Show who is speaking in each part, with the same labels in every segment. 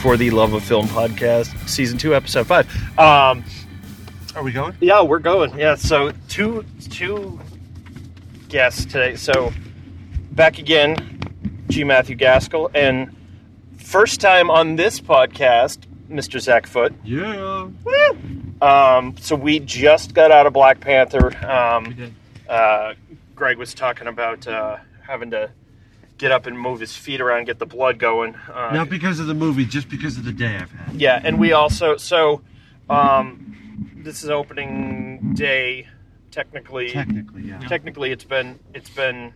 Speaker 1: for the Love of Film podcast, season two, episode five. Um, are we going?
Speaker 2: Yeah, we're going. Yeah, so two two guests today. So back again, G. Matthew Gaskell, and first time on this podcast, Mr. Zach Foot.
Speaker 3: Yeah.
Speaker 2: Um, so we just got out of Black Panther. Um, uh, Greg was talking about uh, having to get up and move his feet around, get the blood going. Uh,
Speaker 3: Not because of the movie, just because of the day I've had.
Speaker 2: yeah, and we also so um, this is opening day. Technically,
Speaker 3: Technically, yeah.
Speaker 2: technically, it's been it's been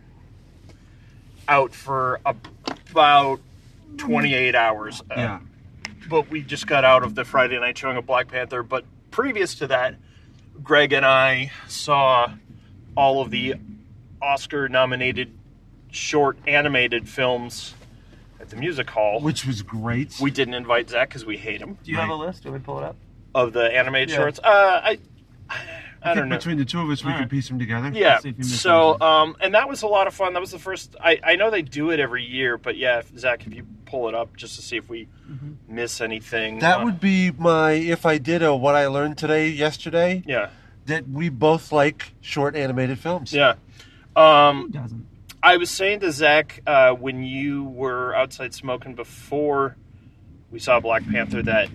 Speaker 2: out for about 28 hours. Uh,
Speaker 3: yeah.
Speaker 2: But we just got out of the Friday night showing of Black Panther. But previous to that, Greg and I saw all of the Oscar-nominated short animated films at the music hall.
Speaker 3: Which was great.
Speaker 2: We didn't invite Zach because we hate him
Speaker 4: Do you have a list? Do we pull it up?
Speaker 2: of the animated
Speaker 4: Yeah.
Speaker 2: shorts. Uh, I, I
Speaker 3: think
Speaker 2: don't know.
Speaker 3: Between the two of us, we
Speaker 4: All
Speaker 3: could
Speaker 4: right.
Speaker 3: piece them together.
Speaker 2: Yeah.
Speaker 3: See if you miss
Speaker 2: So,
Speaker 3: anything.
Speaker 2: um, and that was a lot of fun. That was the first. I, I know they do it every year, but yeah, if, Zach, if you pull it up just to see if we miss anything,
Speaker 3: Mm-hmm. that
Speaker 2: uh,
Speaker 3: would be my if I did a what I learned today yesterday
Speaker 2: Yeah,
Speaker 3: that we both like short animated films.
Speaker 2: yeah. Um,
Speaker 4: Who doesn't?
Speaker 2: I was saying to Zach uh, when you were outside smoking before we saw Black Panther that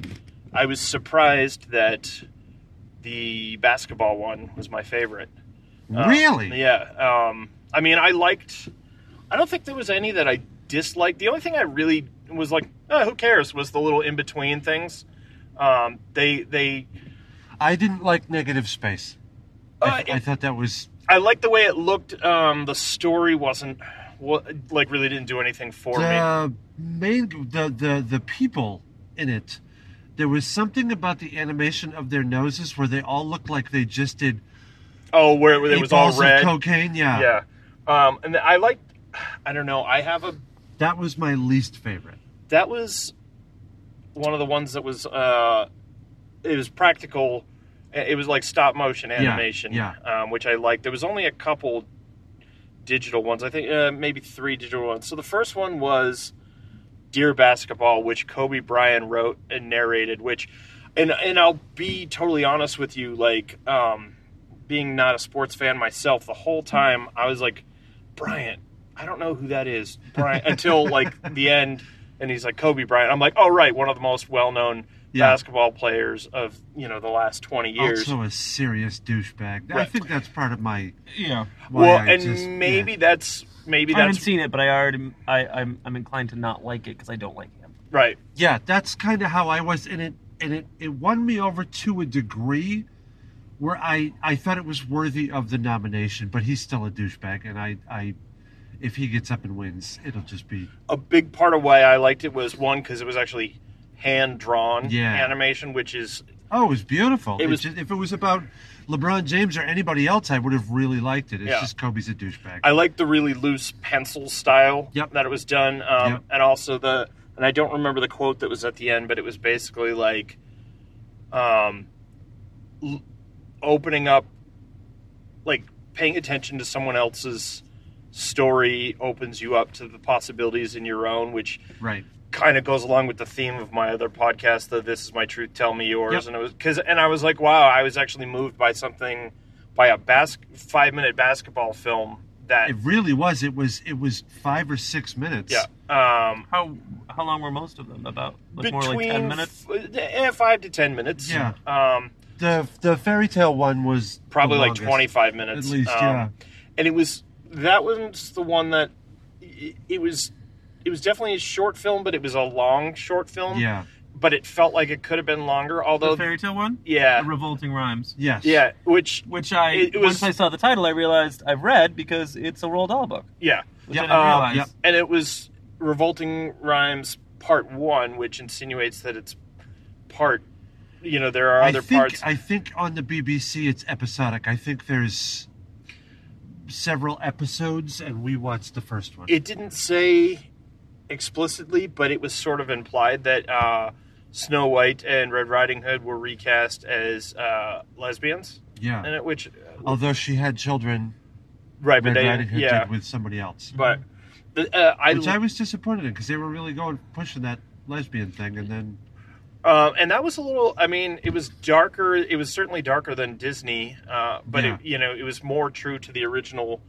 Speaker 2: I was surprised that the basketball one was my favorite. Uh,
Speaker 3: Really?
Speaker 2: Yeah. Um, I mean, I liked. I don't think there was any that I disliked. The only thing I really was like, oh, who cares? Was the little in between things. Um, they they.
Speaker 3: I didn't like Negative Space.
Speaker 2: Uh,
Speaker 3: I, th-
Speaker 2: it-
Speaker 3: I thought that was
Speaker 2: I liked the way it looked. Um, the story wasn't. wa- Like really didn't do anything for me.
Speaker 3: the main the, the the people in it. There was something about the animation of their noses where they all looked like they just did
Speaker 2: Oh, where it
Speaker 3: eight
Speaker 2: was all
Speaker 3: balls of
Speaker 2: red.
Speaker 3: cocaine. Yeah.
Speaker 2: Yeah. Um, and I liked. I don't know. I have a.
Speaker 3: That was my least favorite.
Speaker 2: That was one of the ones that was. Uh, it was practical. It was like stop motion animation,
Speaker 3: yeah.
Speaker 2: Um, which I liked. There was only a couple digital ones. I think uh, maybe three digital ones. So the first one was Dear Basketball, which Kobe Bryant wrote and narrated. Which, and and I'll be totally honest with you, like um, being not a sports fan myself, the whole time I was like, Bryant, I don't know who that is, Bryant, until like the end, and he's like Kobe Bryant. I'm like, oh right, one of the most well-known
Speaker 3: Yeah. Oh,
Speaker 2: basketball players of you know the last 20 years.
Speaker 3: Also a serious douchebag. I
Speaker 2: Right.
Speaker 3: think that's part of my
Speaker 4: Yeah.
Speaker 3: why
Speaker 2: well,
Speaker 3: I
Speaker 2: and
Speaker 3: just-
Speaker 2: maybe
Speaker 3: yeah.
Speaker 2: that's maybe
Speaker 4: I haven't
Speaker 2: that's
Speaker 4: seen it, but I already I I'm, I'm inclined to not like it because I don't like him.
Speaker 2: right.
Speaker 3: yeah, that's kind of how I was, and it and it it won me over to a degree where I I thought it was worthy of the nomination, but he's still a douchebag, and I I if he gets up and wins, it'll just be
Speaker 2: a big part of why I liked it was one because it was actually hand drawn
Speaker 3: Yeah.
Speaker 2: animation, which is
Speaker 3: oh, it was beautiful.
Speaker 2: It was-
Speaker 3: just- if it was about LeBron James or anybody else, I would have really liked it. It's
Speaker 2: Yeah.
Speaker 3: just Kobe's a douchebag.
Speaker 2: I liked the really loose pencil style
Speaker 3: Yep.
Speaker 2: that it was done, um,
Speaker 3: Yep.
Speaker 2: and also the and I don't remember the quote that was at the end, but it was basically like, um, l- opening up, like paying attention to someone else's story opens you up to the possibilities in your own, which
Speaker 3: right.
Speaker 2: kind of goes along with the theme of my other podcast, the "This Is My Truth, Tell Me Yours,"
Speaker 3: Yep.
Speaker 2: and it was because, and I was like, wow, I was actually moved by something, by a bas- five minute basketball film that,
Speaker 3: It really was. It was. It was five or six minutes.
Speaker 2: yeah, um,
Speaker 4: How how long were most of them? About like more like ten minutes.
Speaker 2: f- eh, five to ten minutes,
Speaker 3: Yeah.
Speaker 2: um,
Speaker 3: The the fairy tale one was the
Speaker 2: probably like
Speaker 3: longest.
Speaker 2: twenty five minutes
Speaker 3: At least,
Speaker 2: um,
Speaker 3: yeah.
Speaker 2: and it was that was the one that it, it was, it was definitely a short film, but it was a long short film,
Speaker 3: Yeah.
Speaker 2: but it felt like it could have been longer, although.
Speaker 4: The fairy tale one.
Speaker 2: yeah,
Speaker 4: The revolting rhymes.
Speaker 3: Yes.
Speaker 2: yeah, which
Speaker 4: Which I
Speaker 2: It- it was-
Speaker 4: once I saw the title, I realized I've read because it's a Roald Dahl book,
Speaker 2: yeah,
Speaker 4: which
Speaker 3: Yeah.
Speaker 4: I didn't
Speaker 2: Um,
Speaker 4: realize.
Speaker 3: yep.
Speaker 2: and it was revolting rhymes part one which insinuates that it's part you know there are
Speaker 3: I
Speaker 2: other
Speaker 3: think
Speaker 2: parts
Speaker 3: I think on the BBC it's episodic. I think there's several episodes, and we watched the first one.
Speaker 2: it didn't say explicitly but it was sort of implied that uh, snow white and red riding hood were recast as uh, lesbians
Speaker 3: yeah.
Speaker 2: and it which
Speaker 3: Although she had children,
Speaker 2: right but
Speaker 3: Red
Speaker 2: they,
Speaker 3: Riding Hood
Speaker 2: yeah
Speaker 3: did with somebody else,
Speaker 2: but uh, I,
Speaker 3: which I was disappointed in because they were really going pushing that lesbian thing, and then
Speaker 2: Um, and that was a little. I mean, it was darker. It was certainly darker than Disney, uh, but
Speaker 3: Yeah.
Speaker 2: it, you know, it was more true to the original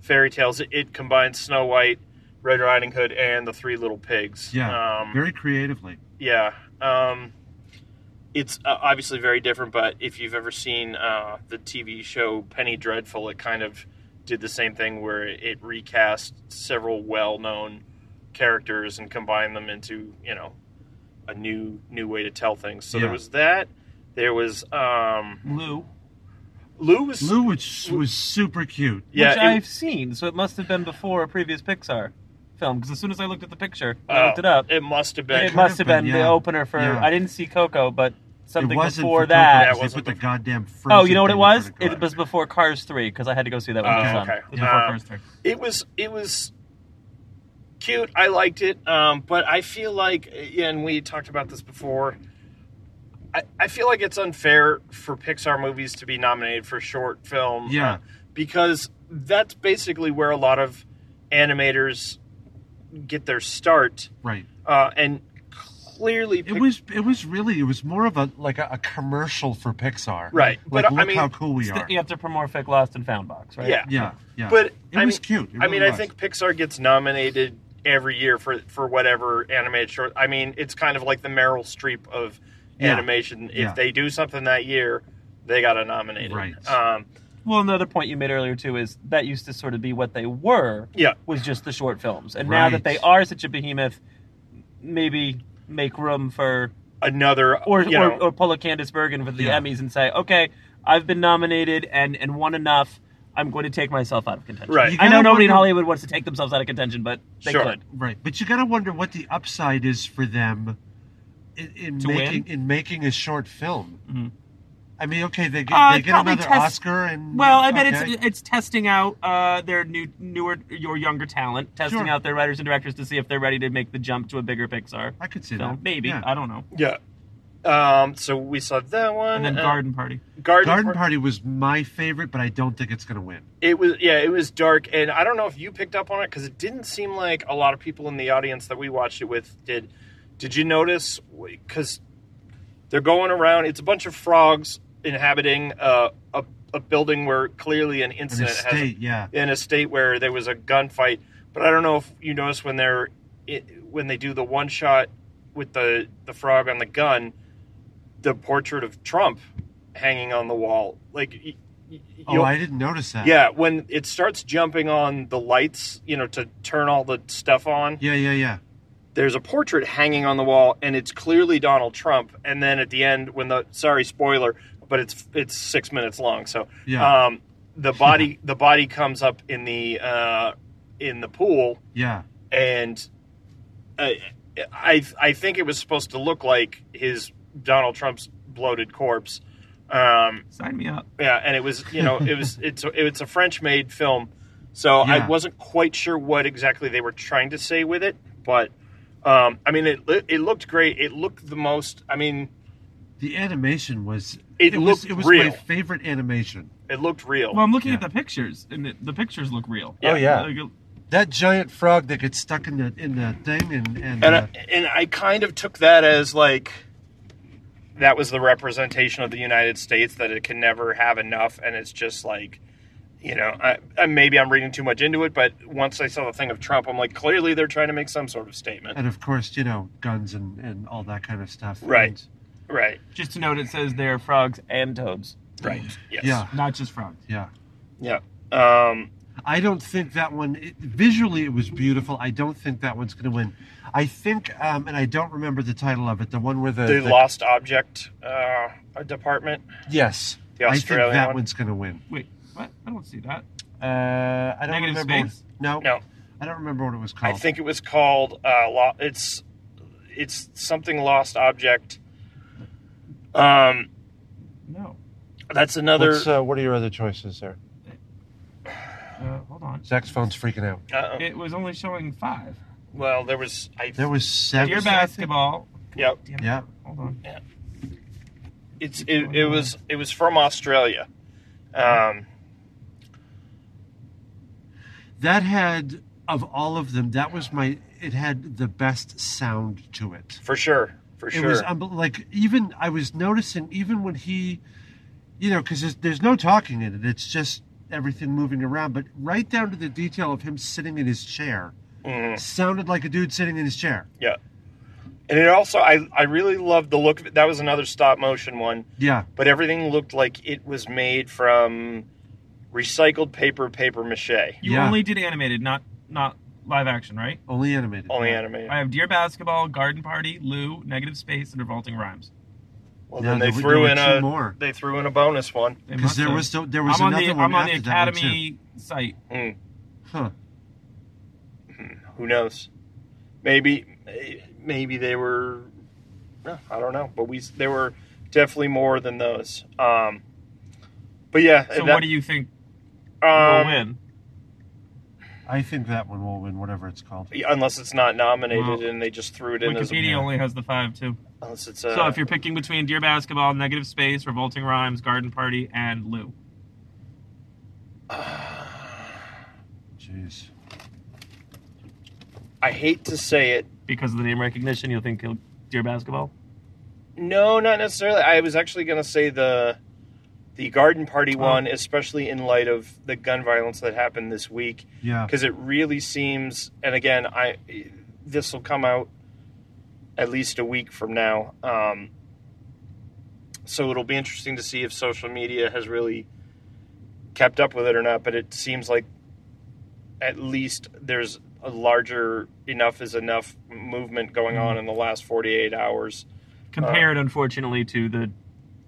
Speaker 2: fairy tales. It, it combined Snow White, Red Riding Hood, and the Three Little Pigs.
Speaker 3: Yeah,
Speaker 2: um,
Speaker 3: very creatively.
Speaker 2: yeah. Um, it's uh, obviously very different, but if you've ever seen uh, the TV show Penny Dreadful, it kind of did the same thing where it recast several well-known characters and combined them into you know a new new way to tell things. So there
Speaker 3: Yeah.
Speaker 2: was that. There was um,
Speaker 4: Lou,
Speaker 2: Lou was
Speaker 3: Lou was, was super cute.
Speaker 2: yeah
Speaker 4: which
Speaker 2: it-
Speaker 4: I've seen, so it must have been before a previous Pixar film. Because as soon as I looked at the picture, I looked
Speaker 2: oh,
Speaker 4: it up.
Speaker 2: It must have
Speaker 4: It
Speaker 2: been.
Speaker 4: must have been
Speaker 3: been,
Speaker 4: the
Speaker 3: yeah.
Speaker 4: opener for.
Speaker 3: Yeah.
Speaker 4: I didn't see Coco, but something
Speaker 3: it wasn't
Speaker 4: before
Speaker 3: for Coco,
Speaker 4: that.
Speaker 2: 'cause
Speaker 3: because
Speaker 2: Yeah, it wasn't
Speaker 3: they put the
Speaker 2: for-
Speaker 3: goddamn.
Speaker 4: Oh, you know what it
Speaker 3: Frozen
Speaker 4: was?
Speaker 3: thing in front
Speaker 4: It
Speaker 3: of
Speaker 4: was
Speaker 3: Coco.
Speaker 4: before Cars Three because I had to go see that with
Speaker 2: Oh,
Speaker 4: my son.
Speaker 2: okay.
Speaker 4: It was before
Speaker 2: Uh,
Speaker 4: Cars Three.
Speaker 2: it was it was cute. I liked it, um, but I feel like, and we talked about this before. I, I feel like it's unfair for Pixar movies to be nominated for short film, uh,
Speaker 3: Yeah.
Speaker 2: because that's basically where a lot of animators get their start,
Speaker 3: right.
Speaker 2: uh, and clearly,
Speaker 3: It was. It was really. It was more of a like a, a commercial for Pixar.
Speaker 2: Right,
Speaker 3: Like,
Speaker 2: but, I
Speaker 3: look
Speaker 2: mean,
Speaker 3: how cool we
Speaker 4: It's the
Speaker 3: are. Yeah.
Speaker 4: anthropomorphic Lost and Found box, right?
Speaker 2: Yeah.
Speaker 3: Yeah.
Speaker 2: but
Speaker 3: it
Speaker 2: I
Speaker 3: was
Speaker 2: mean,
Speaker 3: cute. It
Speaker 2: I mean,
Speaker 3: really
Speaker 2: I
Speaker 3: was.
Speaker 2: think Pixar gets nominated every year for for whatever animated short. I mean, it's kind of like the Meryl Streep of
Speaker 3: Yeah.
Speaker 2: animation. If
Speaker 3: Yeah.
Speaker 2: they do something that year, they got to nominate it.
Speaker 3: Right.
Speaker 2: Um,
Speaker 4: Well, another point you made earlier too is that used to sort of be what they were.
Speaker 2: Yeah.
Speaker 4: Was just the short films, and now that
Speaker 3: Right.
Speaker 4: they are such a behemoth, maybe make room for
Speaker 2: another
Speaker 4: or
Speaker 2: you
Speaker 4: or,
Speaker 2: know,
Speaker 4: or pull a Candice Bergen for the
Speaker 3: Yeah.
Speaker 4: Emmys and say, okay, I've been nominated and and won enough. I'm going to take myself out of contention.
Speaker 2: Right.
Speaker 3: You
Speaker 4: I know
Speaker 3: gotta
Speaker 4: nobody in
Speaker 3: wonder-
Speaker 4: Hollywood wants to take themselves out of contention, but they
Speaker 2: Sure.
Speaker 4: could.
Speaker 3: Right, but you got to wonder what the upside is for them in, in
Speaker 4: To
Speaker 3: making in making a short film.
Speaker 4: Mhm.
Speaker 3: I mean, okay, they get,
Speaker 4: Uh,
Speaker 3: they
Speaker 4: it
Speaker 3: get
Speaker 4: probably
Speaker 3: another
Speaker 4: tests-
Speaker 3: Oscar, and
Speaker 4: Well, I bet
Speaker 3: okay.
Speaker 4: it's it's testing out uh, their new newer your younger talent, testing
Speaker 3: Sure.
Speaker 4: out their writers and directors to see if they're ready to make the jump to a bigger Pixar
Speaker 3: I could see
Speaker 4: film.
Speaker 3: that
Speaker 4: Maybe
Speaker 3: Yeah.
Speaker 4: I don't know.
Speaker 2: yeah. Um, so we saw that one,
Speaker 4: And then
Speaker 2: uh,
Speaker 4: Garden Party.
Speaker 2: Garden,
Speaker 3: Garden
Speaker 2: Par-
Speaker 3: Party was my favorite, but I don't think it's going to win.
Speaker 2: It was yeah, it was dark, and I don't know if you picked up on it because it didn't seem like a lot of people in the audience that we watched it with did. Did you notice? Because they're going around. It's a bunch of frogs inhabiting uh, a a building where clearly an
Speaker 3: An
Speaker 2: incident has
Speaker 3: estate, yeah,
Speaker 2: in a state where there was a gunfight. But I don't know if you notice when they're it, when they do the one shot with the the frog on the gun, the portrait of Trump hanging on the wall. Like, y- y-
Speaker 3: oh,
Speaker 2: you'll-
Speaker 3: I didn't notice that.
Speaker 2: yeah, when it starts jumping on the lights, you know, to turn all the stuff on,
Speaker 3: yeah, yeah, yeah.
Speaker 2: there's a portrait hanging on the wall, and it's clearly Donald Trump. And then at the end, when the sorry spoiler, but it's it's six minutes long, so
Speaker 3: Yeah.
Speaker 2: um, the body the body comes up in the uh, in the pool,
Speaker 3: yeah.
Speaker 2: and uh, I I think it was supposed to look like his Donald Trump's bloated corpse. Um,
Speaker 4: Sign me up.
Speaker 2: yeah, and it was you know it was it's a, it's a French made film, so
Speaker 3: Yeah.
Speaker 2: I wasn't quite sure what exactly they were trying to say with it, but um, I mean it li- it looked great. It looked the most. I mean
Speaker 3: The animation was
Speaker 2: It
Speaker 3: was
Speaker 2: looked
Speaker 3: it was
Speaker 2: real.
Speaker 3: my favorite animation.
Speaker 2: it looked real.
Speaker 4: Well, I'm looking
Speaker 3: Oh, Yeah.
Speaker 4: at the pictures, and the, the pictures look real.
Speaker 2: Yeah. Oh,
Speaker 3: yeah.
Speaker 4: Like, it-
Speaker 3: That giant frog that gets stuck in the in the thing and and,
Speaker 2: and
Speaker 3: uh,
Speaker 2: I, and I kind of took that as like that was the representation of the United States that it can never have enough, and it's just like you know I, I, maybe I'm reading too much into it, but once I saw the thing of Trump, I'm like clearly they're trying to make some sort of statement,
Speaker 3: and of course you know guns and and all that kind of stuff.
Speaker 2: Right.
Speaker 3: And-
Speaker 2: right?
Speaker 4: Just to note, it says they're frogs and toads,
Speaker 2: Right. Yes.
Speaker 3: Yeah.
Speaker 4: not just frogs.
Speaker 3: Yeah.
Speaker 2: Yeah. Um,
Speaker 3: I don't think that one it, visually it was beautiful. I don't think that one's going to win. I think, um, and I don't remember the title of it. The one where the,
Speaker 2: the
Speaker 3: the-
Speaker 2: lost object uh, department.
Speaker 3: yes,
Speaker 2: The
Speaker 3: I think
Speaker 2: Australian
Speaker 3: that
Speaker 2: one?
Speaker 3: one's going to win.
Speaker 4: Wait, what? I don't see that.
Speaker 3: Uh, I don't
Speaker 4: Negative
Speaker 3: remember. what-
Speaker 4: space?
Speaker 3: No,
Speaker 2: No.
Speaker 3: I don't remember what it was
Speaker 2: I
Speaker 3: called.
Speaker 2: think it was called uh, lo- it's it's something lost object. Um,
Speaker 4: No.
Speaker 2: that's another.
Speaker 3: What's, uh, what are your other choices there?
Speaker 4: Uh, hold on.
Speaker 3: Zach's phone's freaking out.
Speaker 2: uh,
Speaker 4: It was only showing five.
Speaker 2: well, there was. I,
Speaker 3: There was seven.
Speaker 4: Dear basketball.
Speaker 2: Yep.
Speaker 4: Damn it.
Speaker 3: Yeah.
Speaker 4: Hold on.
Speaker 2: It's it, it was it was from Australia. Um,
Speaker 3: That had of all of them. That was my. it had the best sound to it.
Speaker 2: for sure, for
Speaker 3: It
Speaker 2: sure.
Speaker 3: was unbe- like even I was noticing even when he, you know, because there's, there's no talking in it. It's just everything moving around. But right down to the detail of him sitting in his chair,
Speaker 2: Mhm.
Speaker 3: sounded like a dude sitting in his chair.
Speaker 2: Yeah. And it also, I, I really loved the look of it. That was another stop motion one,
Speaker 3: Yeah,
Speaker 2: but everything looked like it was made from recycled paper, paper mache,
Speaker 4: You
Speaker 3: Yeah.
Speaker 4: only did animated, not not live action, right?
Speaker 3: only animated.
Speaker 2: only
Speaker 3: Yeah.
Speaker 2: animated.
Speaker 4: I have Deer Basketball, Garden Party, Lou, Negative Space, and Revolting Rhymes.
Speaker 2: Well,
Speaker 3: No,
Speaker 2: then
Speaker 3: there
Speaker 2: they
Speaker 3: were-
Speaker 2: threw
Speaker 3: there
Speaker 2: in
Speaker 3: were two
Speaker 2: a
Speaker 3: more.
Speaker 2: they threw in a bonus one.
Speaker 4: They
Speaker 3: Because
Speaker 4: must
Speaker 3: there
Speaker 4: have.
Speaker 3: was still- there was
Speaker 4: I'm on
Speaker 3: another
Speaker 4: the,
Speaker 3: one
Speaker 4: I'm on the
Speaker 3: after that one,
Speaker 4: Academy site.
Speaker 2: Mm,
Speaker 3: Huh.
Speaker 2: who knows? Maybe maybe they were. no, I don't know, but we they were definitely more than those. Um, but yeah,
Speaker 4: So
Speaker 2: that-
Speaker 4: what do you think
Speaker 2: um,
Speaker 4: will win?
Speaker 3: I think that one will win, whatever it's called.
Speaker 2: Unless it's not nominated
Speaker 4: Well,
Speaker 2: and they just threw it in as a,
Speaker 4: Wikipedia only has the five too.
Speaker 2: unless it's a,
Speaker 4: so if you're picking between Deer Basketball, Negative Space, Revolting Rhymes, Garden Party, and Lou,
Speaker 2: uh,
Speaker 3: Jeez.
Speaker 2: I hate to say it.
Speaker 4: because of the name recognition, you'll think it'll- Deer Basketball.
Speaker 2: Uh, No, not necessarily. I was actually going to say the the garden party
Speaker 4: Oh.
Speaker 2: one, especially in light of the gun violence that happened this week.
Speaker 3: Yeah.
Speaker 2: because it really seems and again i this will come out at least a week from now um, so it'll be interesting to see if social media has really kept up with it or not but it seems like at least there's a larger enough is enough movement going on in the last 48 hours
Speaker 4: Compared, unfortunately, to the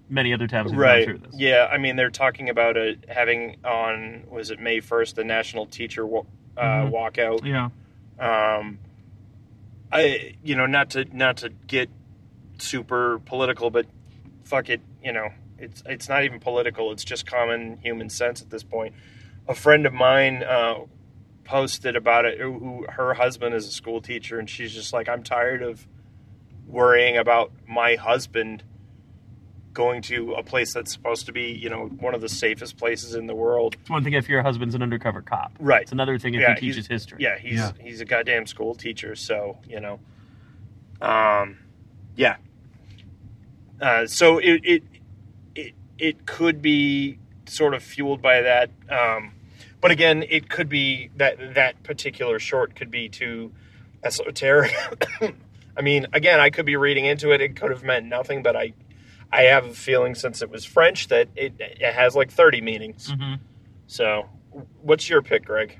Speaker 4: many other tabs we've
Speaker 2: right
Speaker 4: gone through this.
Speaker 2: yeah i mean they're talking about a, having on was it may 1st the national teacher wa- uh,
Speaker 4: Mhm.
Speaker 2: walkout
Speaker 4: Yeah.
Speaker 2: um, I you know not to not to get super political, but fuck it, you know it's it's not even political. It's just common human sense at this point. A friend of mine uh, posted about it. Who, who her husband is a school teacher, and she's just like, I'm tired of worrying about my husband going to a place that's supposed to be you know one of the safest places in the world
Speaker 4: It's one thing if your husband's an undercover cop.
Speaker 2: right
Speaker 4: It's another thing if
Speaker 2: Yeah,
Speaker 4: he
Speaker 2: he's-
Speaker 4: teaches history.
Speaker 2: yeah, he's
Speaker 3: Yeah.
Speaker 2: he's a goddamn school teacher, so you know. Um, yeah. Uh, so it, it it it could be sort of fueled by that, um, but again, it could be that that particular short could be too esoteric. I mean, again, I could be reading into it. It could have meant nothing, but I I have a feeling since it was French that it, it has like thirty meanings.
Speaker 4: hmm
Speaker 2: So, what's your pick, Greg?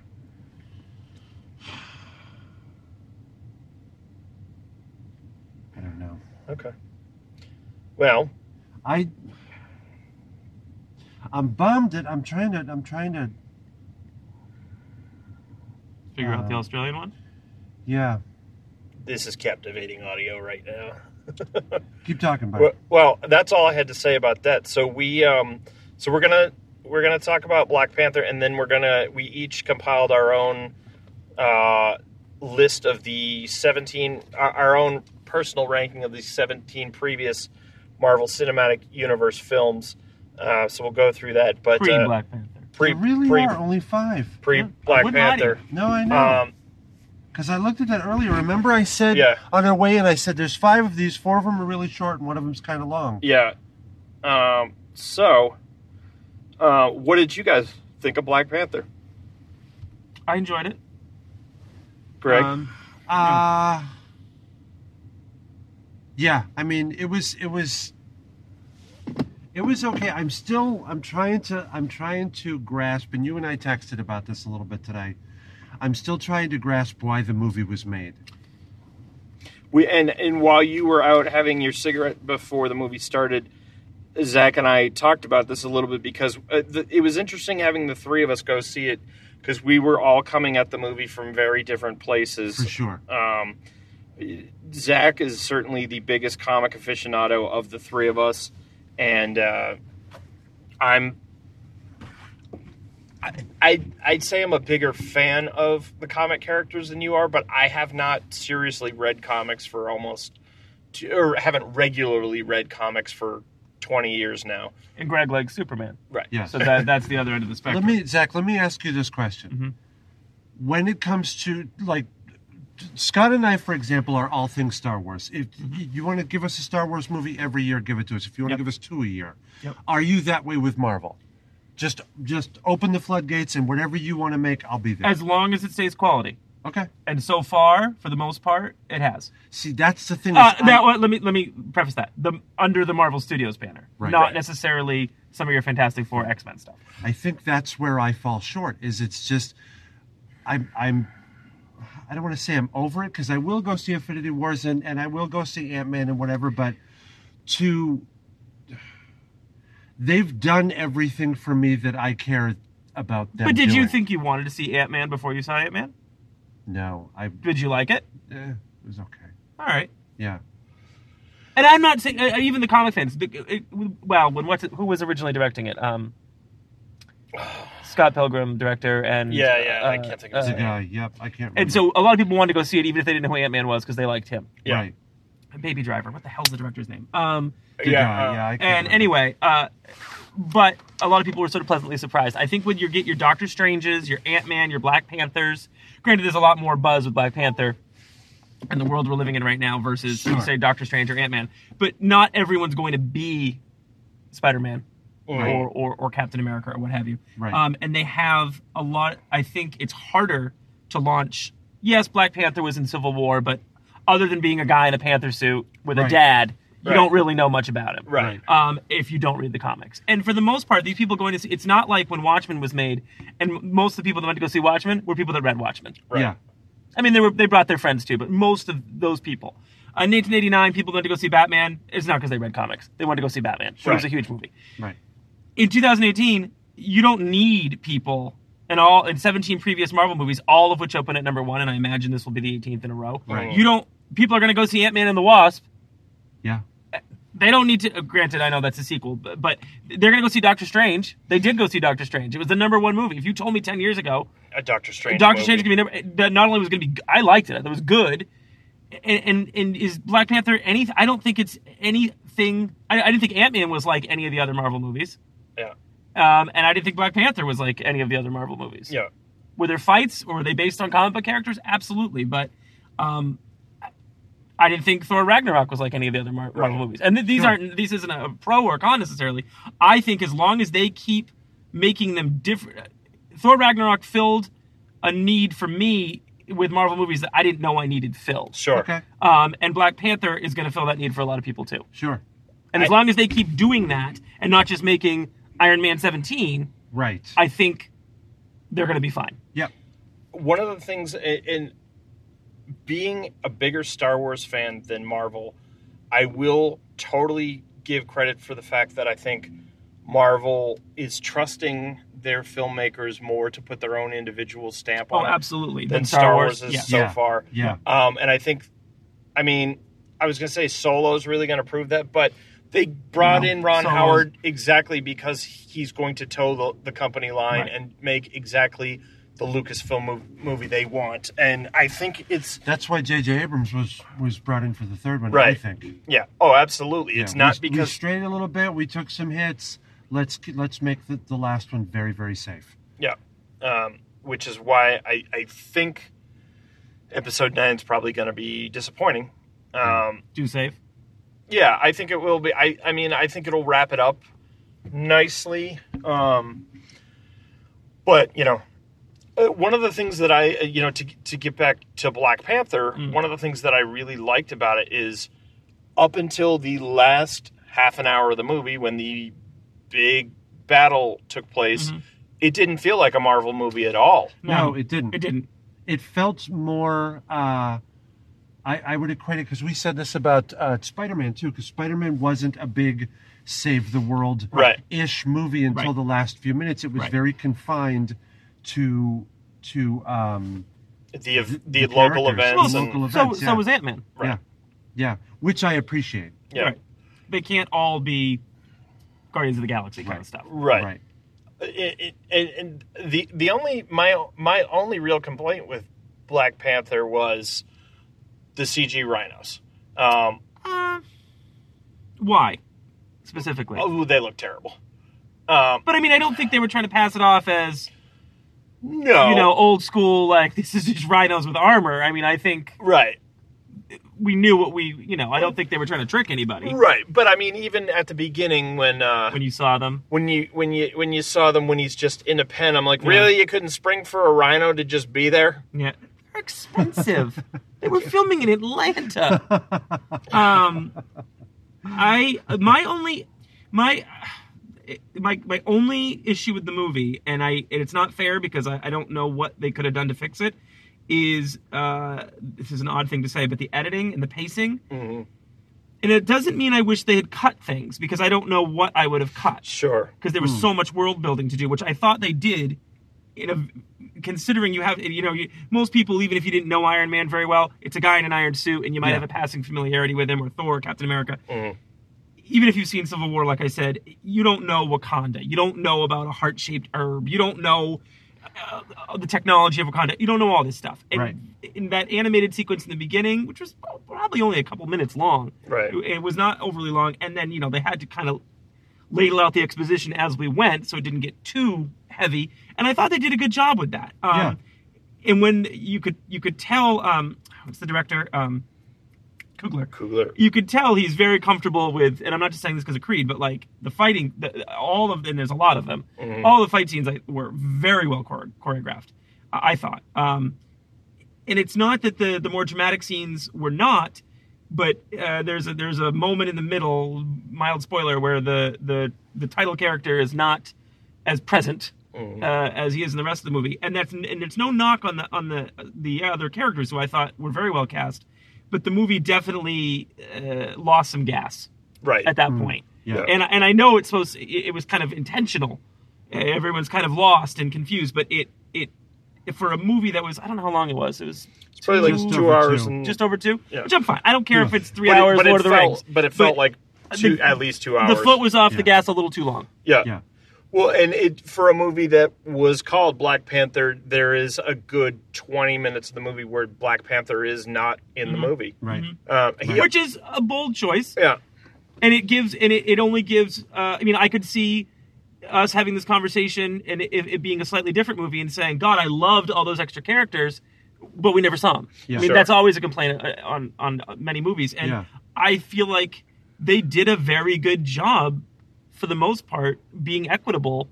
Speaker 3: I don't know.
Speaker 2: Okay. Well,
Speaker 3: I I'm bummed that I'm trying to I'm trying to
Speaker 4: Figure out the
Speaker 3: Uh,
Speaker 4: Australian one.
Speaker 3: yeah.
Speaker 2: this is captivating audio right now.
Speaker 3: Keep talking about
Speaker 2: Well,
Speaker 3: it.
Speaker 2: well, that's all I had to say about that. So we, um, so we're gonna we're gonna talk about Black Panther, and then we're gonna we each compiled our own uh, list of the seventeen our, our own personal ranking of the seventeen previous Marvel Cinematic Universe films. Uh, so we'll go through that, but
Speaker 4: Pre
Speaker 2: uh,
Speaker 4: Black Panther.
Speaker 2: pre
Speaker 3: there really
Speaker 2: pre
Speaker 3: are only five.
Speaker 2: pre
Speaker 4: Yeah, I
Speaker 2: Black
Speaker 4: wouldn't lie to
Speaker 2: Panther.
Speaker 3: No, I know.
Speaker 2: Um,
Speaker 3: Because I looked at that earlier. Remember, I said
Speaker 2: Yeah.
Speaker 3: on our way in, I said there's five of these. Four of them are really short, and one of them's kind of long.
Speaker 2: Yeah. Um, so, uh, what did you guys think of Black Panther,
Speaker 4: I enjoyed it.
Speaker 2: Greg?
Speaker 4: Um,
Speaker 3: Uh, yeah. I mean, it was it was it was okay. I'm still I'm trying to I'm trying to grasp, and you and I texted about this a little bit today. I'm still trying to grasp why the movie was made.
Speaker 2: we and and while you were out having your cigarette before the movie started, Zach and I talked about this a little bit because uh, the, it was interesting having the three of us go see it because we were all coming at the movie from very different places.
Speaker 3: For sure.
Speaker 2: Um, Zach is certainly the biggest comic aficionado of the three of us, and uh, I'm. I, I- I'd say I'm a bigger fan of the comic characters than you are, but I have not seriously read comics for almost, two, or haven't regularly read comics for 20 years now.
Speaker 4: and Greg likes Superman.
Speaker 2: Right.
Speaker 3: Yeah.
Speaker 4: So that, that's the other end of the spectrum. Mm-hmm.
Speaker 3: Let me, Zach. Let me ask you this question: When it comes to like Scott and I, for example, are all things Star Wars. If
Speaker 4: Mm-hmm.
Speaker 3: y- you want to give us a Star Wars movie every year, give it to us. If you want
Speaker 2: Yep.
Speaker 3: to give us two a year,
Speaker 4: Yep.
Speaker 3: are you that way with Marvel? Just just open the floodgates and whatever you want to make, I'll be there.
Speaker 4: as long as it stays quality.
Speaker 3: okay.
Speaker 4: And so far, for the most part, it has.
Speaker 3: See, that's the thing.
Speaker 4: Uh,
Speaker 3: is I-
Speaker 4: now uh, let me let me preface that the under the Marvel Studios banner,
Speaker 3: Right.
Speaker 4: not
Speaker 3: Right.
Speaker 4: necessarily some of your Fantastic Four X Men stuff.
Speaker 3: I think that's where I fall short. Is it's just I'm I'm I don't want to say I'm over it because I will go see Infinity Wars and and I will go see Ant Man and whatever, but to they've done everything for me that I care about them.
Speaker 4: but did you
Speaker 3: doing.
Speaker 4: think you wanted to see Ant Man before you saw Ant Man?
Speaker 3: No, I eh,
Speaker 4: Did you like it?
Speaker 3: it was okay.
Speaker 4: All right.
Speaker 3: Yeah,
Speaker 4: And I'm not saying uh, even the comic fans. the- It, it, well, when what's it, who was originally directing it? Um, Scott Pilgrim, director, and uh,
Speaker 2: Yeah, yeah, I can't think of his
Speaker 3: the
Speaker 2: name.
Speaker 3: guy. Yep, I can't. Remember.
Speaker 4: And so a lot of people wanted to go see it, even if they didn't know who Ant Man was, because they liked him.
Speaker 2: Yeah.
Speaker 3: right,
Speaker 4: Baby Driver. What the hell's the director's name? Um,
Speaker 3: the guy,
Speaker 2: uh,
Speaker 3: yeah. I can't
Speaker 4: and
Speaker 3: remember.
Speaker 4: anyway, uh, but a lot of people were sort of pleasantly surprised. I think when you get your Doctor Stranges, your Ant Man, your Black Panthers, granted, there's a lot more buzz with Black Panther and the world we're living in right now versus,
Speaker 3: Sure.
Speaker 4: say, Doctor Strange or Ant Man, but not everyone's going to be Spider Man or, or, or Captain America or what have you.
Speaker 3: Right.
Speaker 4: Um, and they have a lot. I think it's harder to launch. Yes, Black Panther was in Civil War, but other than being a guy in a panther suit with a
Speaker 3: Right.
Speaker 4: dad, you
Speaker 2: Right.
Speaker 4: don't really know much about him.
Speaker 2: Right.
Speaker 4: Um, if you don't read the comics, and for the most part, these people going to see it's not like when Watchmen was made, and m- most of the people that went to go see Watchmen were people that read Watchmen.
Speaker 2: Right.
Speaker 3: yeah,
Speaker 4: I mean, they were they brought their friends too, but most of those people. Uh, In 1989, people went to go see Batman. It's not because they read comics; they wanted to go see Batman. It was
Speaker 2: Right.
Speaker 4: a huge movie
Speaker 3: right,
Speaker 4: in 2018, you don't need people in all in 17 previous Marvel movies, all of which open at number one, and I imagine this will be the 18th in a row.
Speaker 3: Right.
Speaker 4: You don't. People are going to go see Ant Man and the Wasp.
Speaker 3: yeah,
Speaker 4: They don't need to. uh, Granted, I know that's a sequel, but, but they're going to go see Doctor Strange. They did go see Doctor Strange. It was the number one movie. If you told me 10 years ago
Speaker 2: a Doctor Strange.
Speaker 4: Doctor
Speaker 2: movie.
Speaker 4: Strange is gonna be number, eh, that not only was gonna be I liked it, I thought it was good. And, and and is Black Panther any? I don't think it's anything. I, I didn't think Ant Man was like any of the other Marvel movies.
Speaker 2: Yeah.
Speaker 4: Um, and I didn't think Black Panther was like any of the other Marvel movies.
Speaker 2: Yeah.
Speaker 4: Were there fights or were they based on comic book characters? Absolutely, but um, I didn't think Thor Ragnarok was like any of the other Mar- Marvel movies. And th- these
Speaker 3: Sure.
Speaker 4: aren't these isn't a pro or a con necessarily. I think as long as they keep making them different, Thor Ragnarok filled a need for me with Marvel movies that I didn't know I needed filled.
Speaker 2: Sure.
Speaker 3: okay,
Speaker 4: Um, and Black Panther is going to fill that need for a lot of people too.
Speaker 3: sure,
Speaker 4: And as
Speaker 2: I-
Speaker 4: long as they keep doing that and not just making Iron Man 17,
Speaker 3: right,
Speaker 4: I think they're going to be fine.
Speaker 3: yep,
Speaker 2: One of the things in, in being a bigger Star Wars fan than Marvel, I will totally give credit for the fact that I think Marvel is trusting their filmmakers more to put their own individual stamp
Speaker 4: Oh,
Speaker 2: on it
Speaker 4: absolutely.
Speaker 2: than
Speaker 4: Then Star Wars,
Speaker 2: is
Speaker 4: yeah.
Speaker 2: so
Speaker 3: Yeah.
Speaker 2: far.
Speaker 3: yeah,
Speaker 2: Um, and I think, I mean, I was going to say Solo's really going to prove that, but they brought
Speaker 4: No,
Speaker 2: in Ron
Speaker 4: Solo's-
Speaker 2: Howard exactly because he's going to toe the, the company line
Speaker 4: Right.
Speaker 2: and make exactly the Lucasfilm mov- movie they want. And I think it's,
Speaker 3: That's why J.J. Abrams was was brought in for the third one. I
Speaker 2: Right.
Speaker 3: think
Speaker 2: yeah, oh, absolutely.
Speaker 3: Yeah,
Speaker 2: it's
Speaker 3: we-
Speaker 2: not
Speaker 3: we,
Speaker 2: because,
Speaker 3: strayed a little bit. We took some hits. Let's ke- let's make the, the last one very very safe.
Speaker 2: um, which is why I, I think episode nine is probably going to be disappointing. Um,
Speaker 4: Do save.
Speaker 2: yeah, I think it will be. I, I mean, I think it'll wrap it up nicely. Um, but you know, uh, one of the things that I, uh, you know, to to get back to Black Panther,
Speaker 4: Mm.
Speaker 2: one of the things that I really liked about it is up until the last half an hour of the movie when the big battle took place,
Speaker 4: Mhm.
Speaker 2: it didn't feel like a Marvel movie at all.
Speaker 3: No, it didn't.
Speaker 4: it
Speaker 3: It,
Speaker 4: didn't.
Speaker 3: felt more. Uh, I I would equate it because we said this about uh, Spider Man too. Because Spider Man wasn't a big save the world
Speaker 2: Right.
Speaker 3: ish movie until
Speaker 4: Right.
Speaker 3: the last few minutes. It was
Speaker 4: Right.
Speaker 3: very confined to to um,
Speaker 2: The the,
Speaker 3: The
Speaker 2: local
Speaker 3: characters,
Speaker 2: events
Speaker 4: the
Speaker 2: and
Speaker 3: local
Speaker 4: So,
Speaker 3: Events,
Speaker 4: so
Speaker 3: yeah.
Speaker 4: was Ant Man.
Speaker 2: Right.
Speaker 3: yeah, which I appreciate.
Speaker 2: yeah,
Speaker 4: Right. They can't all be Guardians of the Galaxy kind of
Speaker 3: Right.
Speaker 4: stuff.
Speaker 2: right. it, it, and and the the only my my only real complaint with Black Panther was the CG rhinos. Um,
Speaker 4: Uh, why specifically?
Speaker 2: oh, they oh, look terrible. Um,
Speaker 4: But I mean, I don't think they were trying to pass it off as
Speaker 2: No.
Speaker 4: you know, old school like this is just rhinos with armor. I mean, I think
Speaker 2: Right.
Speaker 4: we knew what we, you know, I don't think they were trying to trick anybody
Speaker 2: Right. But I mean, even at the beginning when uh,
Speaker 4: when you saw them.
Speaker 2: when you when you when you saw them when he's just in a pen, I'm like,
Speaker 4: Yeah.
Speaker 2: really? You couldn't spring for a rhino to just be there?
Speaker 4: Yeah, they're expensive. they were filming in Atlanta. Um, I my only my my my only issue with the movie, and I and it's not fair because I, I don't know what they could have done to fix it. Is uh, this is an odd thing to say, but the editing and the pacing.
Speaker 2: Mhm.
Speaker 4: And it doesn't mean I wish they had cut things because I don't know what I would have cut.
Speaker 2: Sure.
Speaker 4: because there
Speaker 3: Hmm.
Speaker 4: was so much world building to do, which I thought they did. In a, considering you have, you know, you, most people, even if you didn't know Iron Man very well, it's a guy in an iron suit, and you might
Speaker 3: Yeah. Mm-hmm.
Speaker 4: have a passing familiarity with him or Thor, or Captain America. Even if you've seen Civil War, like I said, you don't know Wakanda. You don't know about a heart shaped herb. You don't know uh, uh, the technology of Wakanda. You don't know all this stuff. And
Speaker 3: Right.
Speaker 4: In that animated sequence in the beginning, which was probably only a couple minutes long,
Speaker 2: Right.
Speaker 4: it- it was not overly long and then you know they had to kind of ladle out the exposition as we went so it didn't get too heavy and i thought they did a good job with that um,
Speaker 3: Yeah.
Speaker 4: and when you could you could tell um what's the director um kugler
Speaker 2: Coogler.
Speaker 4: you could tell he's very comfortable with and i'm not just saying this because of creed but like the fighting the, all of and there's a lot of them all the fight scenes like, were very well chore- choreographed i, I thought um, and it's not that the the more dramatic scenes were not but uh, there's a there's a moment in the middle mild spoiler where the the the title character is not as present uh, as he is in the rest of the movie, and that's and it's no knock on the on the the other characters who I thought were very well cast, but the movie definitely uh, lost some gas
Speaker 2: Right.
Speaker 4: at that point.
Speaker 3: Yeah.
Speaker 4: And and I know it's supposed it, it was kind of intentional. Everyone's kind of lost and confused, but it it for a movie that was I don't know how long it was. It was
Speaker 2: It's probably like
Speaker 3: Just
Speaker 2: two
Speaker 3: over
Speaker 2: hours
Speaker 3: two.
Speaker 2: and
Speaker 4: just over two,
Speaker 2: Mm. Yeah.
Speaker 4: which I'm fine. I don't care if it's three
Speaker 2: but it-
Speaker 4: hours
Speaker 2: but it
Speaker 4: Lord of the
Speaker 2: felt-
Speaker 4: Rings.
Speaker 2: But it felt
Speaker 4: But
Speaker 2: like two,
Speaker 4: the-
Speaker 2: at least two
Speaker 4: the
Speaker 2: hours.
Speaker 4: foot was off the
Speaker 3: Yeah.
Speaker 4: gas a little too long.
Speaker 3: yeah.
Speaker 2: Well, and it for a movie that was called Black Panther, there is a good twenty minutes of the movie where Black Panther is not in
Speaker 4: Mm-hmm.
Speaker 2: the movie.
Speaker 3: Right.
Speaker 2: Um, he-
Speaker 4: Which is a bold choice.
Speaker 2: yeah,
Speaker 4: and it gives and it, it only gives uh, i mean i could see us having this conversation and it, it being a slightly different movie and saying god i loved all those extra characters but we never saw them
Speaker 3: Yeah.
Speaker 4: i mean
Speaker 2: Sure.
Speaker 4: that's always a complaint uh, on on many movies and
Speaker 3: Yeah.
Speaker 4: i feel like they did a very good job for the most part being equitable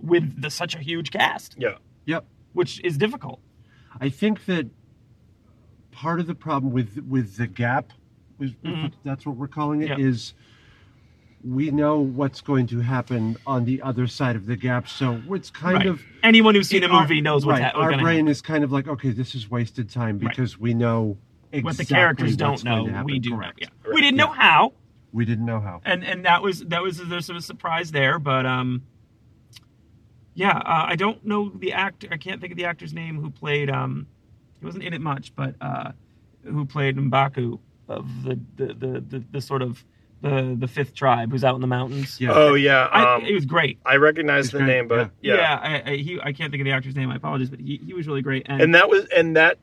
Speaker 4: with the, such a huge cast
Speaker 2: yeah,
Speaker 3: Yep.
Speaker 4: which is difficult
Speaker 3: I think that part of the problem with with the gap, is,
Speaker 4: Mhm.
Speaker 3: if that's what we're calling it, is
Speaker 4: Yeah.
Speaker 3: we know what's going to happen on the other side of the gap. So it's kind
Speaker 4: Right.
Speaker 3: of
Speaker 4: anyone who's seen a
Speaker 3: our-
Speaker 4: movie knows what's,
Speaker 3: right,
Speaker 4: ha- what's
Speaker 3: our
Speaker 4: gonna
Speaker 3: brain
Speaker 4: happen.
Speaker 3: is kind of like, okay, this is wasted time
Speaker 4: Right.
Speaker 3: because we know exactly
Speaker 4: what the characters don't
Speaker 3: what's going to
Speaker 4: know we
Speaker 3: happen.
Speaker 4: do know
Speaker 3: Correct.
Speaker 4: yeah.
Speaker 2: Correct.
Speaker 4: we didn't know how
Speaker 3: We didn't know how.
Speaker 4: and and that was that was there's some surprise there, but um, yeah, uh, I don't know the actor. I can't think of the actor's name who played um, he wasn't in it much, but uh, who played Mbaku of the the the, the, the sort of the, the fifth tribe who's out in the mountains.
Speaker 3: Yeah.
Speaker 2: Oh yeah,
Speaker 4: I,
Speaker 2: um,
Speaker 4: it was great.
Speaker 2: I recognize
Speaker 3: It's
Speaker 2: the
Speaker 3: great,
Speaker 2: name, but yeah.
Speaker 4: Yeah, I, I, he, I can't think of the actor's name. I apologize, but he, he was really great. And,
Speaker 2: and that was and that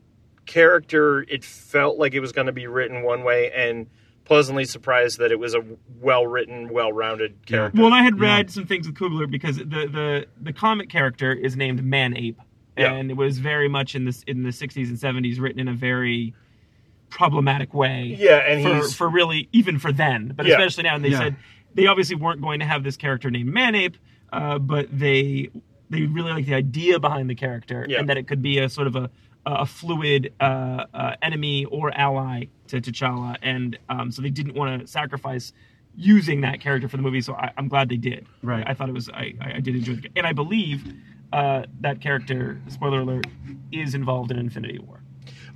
Speaker 2: character, it felt like it was going to be written one way, and pleasantly surprised that it was a well written, well rounded character.
Speaker 4: well, and I had
Speaker 3: Yeah.
Speaker 4: read some things with Kugler because the the the comic character is named Man Ape,
Speaker 2: Yeah.
Speaker 4: and it was very much in this in the '60s and '70s written in a very problematic way.
Speaker 2: Yeah, and
Speaker 4: for,
Speaker 2: he's-
Speaker 4: for really even for then, but
Speaker 2: Yeah.
Speaker 4: especially now. And they
Speaker 3: Yeah.
Speaker 4: said they obviously weren't going to have this character named Manape, uh, but they they really like the idea behind the character
Speaker 2: Yeah.
Speaker 4: and that it could be a sort of a a fluid uh, uh, enemy or ally to T'Challa, and um, so they didn't want to sacrifice using that character for the movie. So I, I'm glad they did.
Speaker 3: Right.
Speaker 4: I thought it was I I I did enjoy the and I believe uh, that character. Spoiler alert is involved in Infinity War.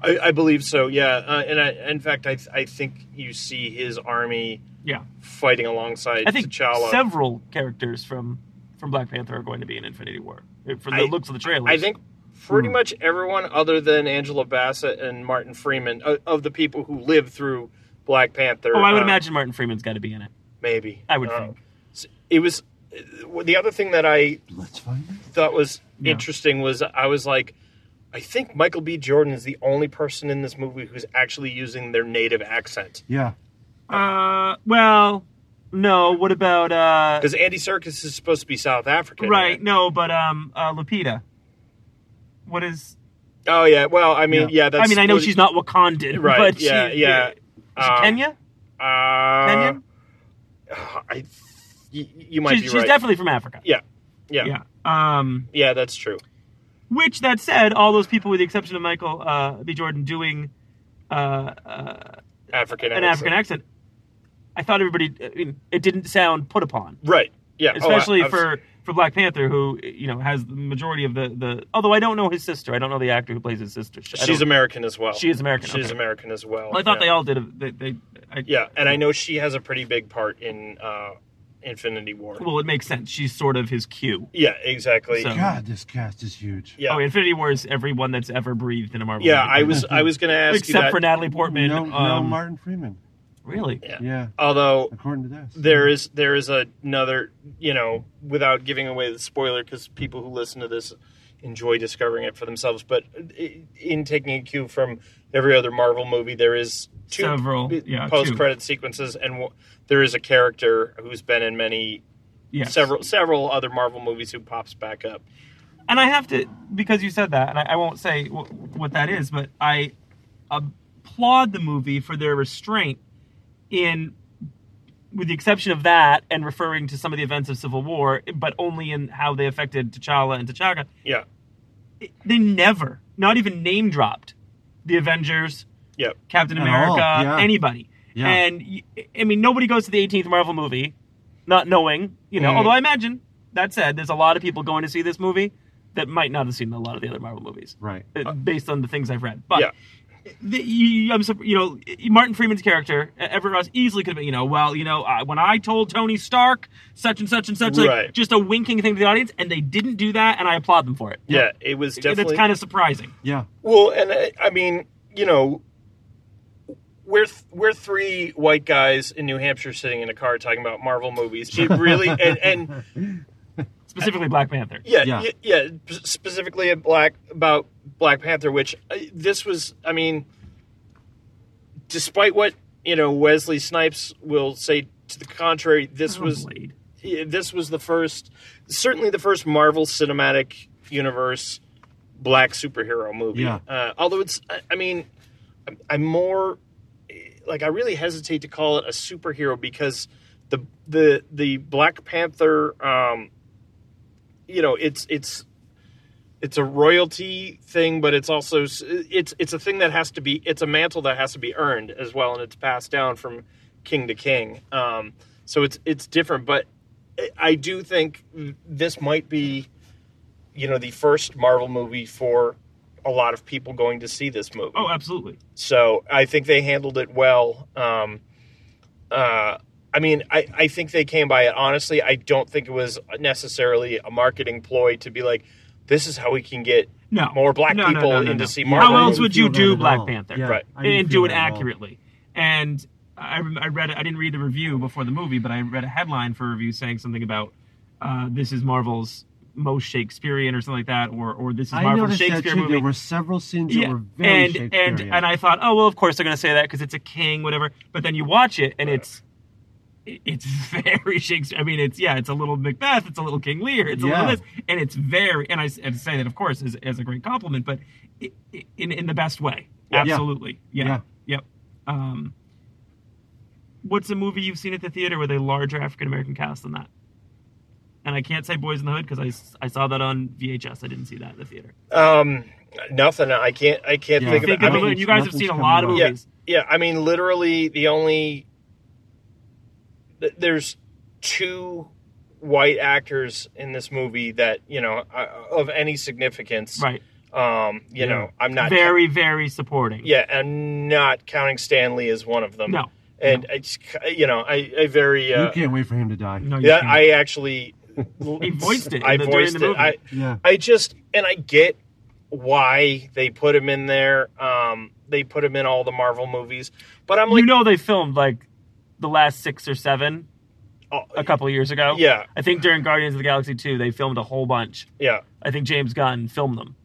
Speaker 2: I, I believe so. Yeah, uh, and I, in fact, I I think you see his army
Speaker 4: Yeah.
Speaker 2: fighting alongside
Speaker 4: I think
Speaker 2: T'Challa.
Speaker 4: several characters from from Black Panther are going to be in Infinity War. uh, From the
Speaker 2: I-
Speaker 4: looks of the trailers,
Speaker 2: I think pretty
Speaker 3: Hmm.
Speaker 2: much everyone other than Angela Bassett and Martin Freeman of, of the people who lived through Black Panther.
Speaker 4: Oh, I would
Speaker 2: uh,
Speaker 4: imagine Martin Freeman's got to be in it.
Speaker 2: maybe.
Speaker 4: I would
Speaker 2: Uh,
Speaker 4: think.
Speaker 2: s- It was uh, the other thing that I
Speaker 3: Let's find out.
Speaker 2: thought was
Speaker 4: Yeah.
Speaker 2: interesting was I was like, I think Michael B. Jordan is the only person in this movie who's actually using their native accent
Speaker 3: Yeah.
Speaker 4: Uh, well, no. What about uh?
Speaker 2: because Andy Serkis is supposed to be South African,
Speaker 4: Right, no, but um, uh, Lupita. What is?
Speaker 2: Oh yeah. Well, I mean, yeah. that's
Speaker 4: I mean, I know
Speaker 2: well,
Speaker 4: she's not Wakandan,
Speaker 2: right.
Speaker 4: But
Speaker 2: yeah,
Speaker 4: she, uh,
Speaker 2: yeah.
Speaker 4: Is she
Speaker 2: Um,
Speaker 4: Kenya?
Speaker 2: Uh,
Speaker 4: Kenyan?
Speaker 2: I, you, you might
Speaker 4: she's
Speaker 2: be
Speaker 4: she's
Speaker 2: right.
Speaker 4: definitely from Africa.
Speaker 2: yeah, yeah, yeah.
Speaker 4: yeah. Um,
Speaker 2: that's true.
Speaker 4: Which, that said, all those people, with the exception of Michael uh, B. Jordan, doing uh, uh,
Speaker 2: African.
Speaker 4: an
Speaker 2: accent.
Speaker 4: African accent, I thought everybody. I mean, it didn't sound put upon,
Speaker 2: Right. Yeah. Oh, I-
Speaker 4: especially
Speaker 2: I was-
Speaker 4: for for Black Panther, who you know has the majority of the the. Although I don't know his sister, I don't know the actor who plays his sister. She- I
Speaker 2: She's
Speaker 4: don't-
Speaker 2: American as well.
Speaker 4: She is American,
Speaker 2: She's
Speaker 4: okay.
Speaker 2: American as well.
Speaker 4: I thought
Speaker 2: yeah.
Speaker 4: they all did. A, they, they, I,
Speaker 2: Yeah, and I know she has a pretty big part in uh, Infinity War.
Speaker 4: Well, it makes sense. She's sort of his cue.
Speaker 2: yeah, exactly.
Speaker 4: So-
Speaker 3: God, this cast is huge.
Speaker 2: yeah.
Speaker 4: Oh, Infinity War is everyone that's ever breathed in a Marvel.
Speaker 2: yeah,
Speaker 4: movie.
Speaker 2: I was I was gonna ask you
Speaker 4: except
Speaker 2: that.
Speaker 4: for Natalie Portman.
Speaker 3: no, no
Speaker 4: um,
Speaker 3: Martin Freeman.
Speaker 4: really?
Speaker 2: Yeah.
Speaker 3: Yeah,
Speaker 2: although
Speaker 3: according to this.
Speaker 2: there is there is another you know without giving away the spoiler because people who listen to this enjoy discovering it for themselves but i- in taking a cue from every other marvel movie there is two
Speaker 4: Several, yeah, two.
Speaker 2: post-credit sequences and w- there is a character who's been in many
Speaker 4: Yes.
Speaker 2: several several other marvel movies who pops back up
Speaker 4: and I have to because you said that, and I, I won't say w- what that is, but I applaud the movie for their restraint in, with the exception of that, and referring to some of the events of Civil War, but only in how they affected T'Challa and T'Chaka.
Speaker 2: yeah
Speaker 4: It- They never, not even name dropped, the Avengers,
Speaker 2: yeah
Speaker 4: Captain
Speaker 3: At
Speaker 4: America,
Speaker 3: all, yeah.
Speaker 4: anybody.
Speaker 3: Yeah.
Speaker 4: And y- I mean, nobody goes to the 18th Marvel movie not knowing, you know.
Speaker 2: Mm.
Speaker 4: Although I imagine that said, there's a lot of people going to see this movie that might not have seen a lot of the other Marvel movies,
Speaker 3: Right.
Speaker 4: uh, based on the things I've read. But
Speaker 2: yeah.
Speaker 4: the, you, I'm, sup- you know, Martin Freeman's character, Everett Ross, easily could have been, you know, well, you know, I, when I told Tony Stark such and such and such, like
Speaker 2: Right.
Speaker 4: just a winking thing to the audience, and they didn't do that, and I applaud them for it.
Speaker 2: yeah it was definitely
Speaker 4: That's kind of surprising.
Speaker 3: Yeah.
Speaker 2: Well, and I, I mean, you know, we're th- we're three white guys in New Hampshire sitting in a car talking about Marvel movies. It really and, and
Speaker 4: Specifically, Black Panther.
Speaker 2: yeah,
Speaker 3: Yeah.
Speaker 2: yeah, yeah, p- specifically at Black about Black Panther, which uh, this was. I mean, despite what you know, Wesley Snipes will say to the contrary. This
Speaker 4: Oh,
Speaker 2: was
Speaker 4: Blade.
Speaker 2: yeah, this was the first, certainly the first Marvel Cinematic Universe black superhero movie.
Speaker 3: Yeah.
Speaker 2: Uh, although it's, I, I mean, I'm, I'm more like I really hesitate to call it a superhero because the the the Black Panther, um, you know, it's it's it's a royalty thing, but it's also s- it's it's a thing that has to be it's a mantle that has to be earned as well, and it's passed down from king to king. Um, so it's it's different, but I- I do think this might be, you know, the first Marvel movie for a lot of people going to see this movie.
Speaker 4: Oh, absolutely.
Speaker 2: So I think they handled it well. Um, uh, I mean, I, I think they came by it honestly. I don't think it was necessarily a marketing ploy to be like, this is how we can get
Speaker 4: No.
Speaker 2: more black
Speaker 4: No, no,
Speaker 2: people
Speaker 4: no, no,
Speaker 2: in
Speaker 4: no.
Speaker 2: to see
Speaker 4: How
Speaker 2: Marvel.
Speaker 4: else
Speaker 3: I didn't
Speaker 4: would you
Speaker 3: feel that
Speaker 4: do
Speaker 3: at
Speaker 4: Black
Speaker 3: all.
Speaker 4: Panther?
Speaker 3: Yeah,
Speaker 2: Right.
Speaker 3: I didn't
Speaker 4: and
Speaker 3: feel
Speaker 4: do it
Speaker 3: that at all.
Speaker 4: accurately. And I, I read, I didn't read the review before the movie, but I read a headline for a review saying something about uh, this is Marvel's most Shakespearean or something like that, or or this is
Speaker 3: I
Speaker 4: Marvel's
Speaker 3: noticed that
Speaker 4: Shakespeare
Speaker 3: too.
Speaker 4: movie.
Speaker 3: There were several scenes that were very
Speaker 4: and and
Speaker 3: Shakespearean.
Speaker 4: and I thought, oh well, of course they're going to say that because it's a king, whatever. But then you watch it, and it's it's very Shakespeare. I mean, it's yeah, it's a little Macbeth, it's a little King Lear, it's a
Speaker 3: Yeah.
Speaker 4: little this, and it's very. And I s- and say that, of course, as, as a great compliment, but i- i- in in the best way,
Speaker 2: Yeah.
Speaker 4: absolutely, yeah,
Speaker 3: Yeah.
Speaker 4: yep. Um, what's a movie you've seen at the theater with a larger African American cast than that? And I can't say Boys in the Hood because I, s- I saw that on VHS. I didn't see that in the theater.
Speaker 2: Um, nothing. I can't. I can't
Speaker 3: Yeah.
Speaker 2: think of.
Speaker 4: Think
Speaker 2: it.
Speaker 4: of
Speaker 2: I
Speaker 4: it.
Speaker 2: mean,
Speaker 3: Nothing's-
Speaker 4: You guys have
Speaker 3: nothing's
Speaker 4: seen a
Speaker 3: coming
Speaker 4: lot of
Speaker 3: up.
Speaker 4: movies.
Speaker 2: yeah. I mean, literally, the only th- there's two white actors in this movie that you know uh, of any significance.
Speaker 4: Right.
Speaker 2: Um, you
Speaker 3: Yeah.
Speaker 2: know, I'm not
Speaker 4: very, very supporting.
Speaker 2: Yeah, and not counting Stanley as one of them.
Speaker 4: No.
Speaker 2: and it's you know I, I very uh,
Speaker 3: you can't wait for him to die.
Speaker 4: No, you
Speaker 2: yeah
Speaker 4: can't.
Speaker 2: I actually
Speaker 4: He voiced it
Speaker 2: I
Speaker 4: in the- during
Speaker 2: voiced
Speaker 4: the
Speaker 2: it. I
Speaker 4: movie.
Speaker 3: Yeah.
Speaker 2: I just and I get why they put him in there. Um, they put him in all the Marvel movies, but I'm like
Speaker 4: you know they filmed like the last six or seven
Speaker 2: oh,
Speaker 4: a couple of years ago.
Speaker 2: Yeah.
Speaker 4: I think during Guardians of the Galaxy two they filmed a whole bunch.
Speaker 2: yeah.
Speaker 4: I think James Gunn filmed them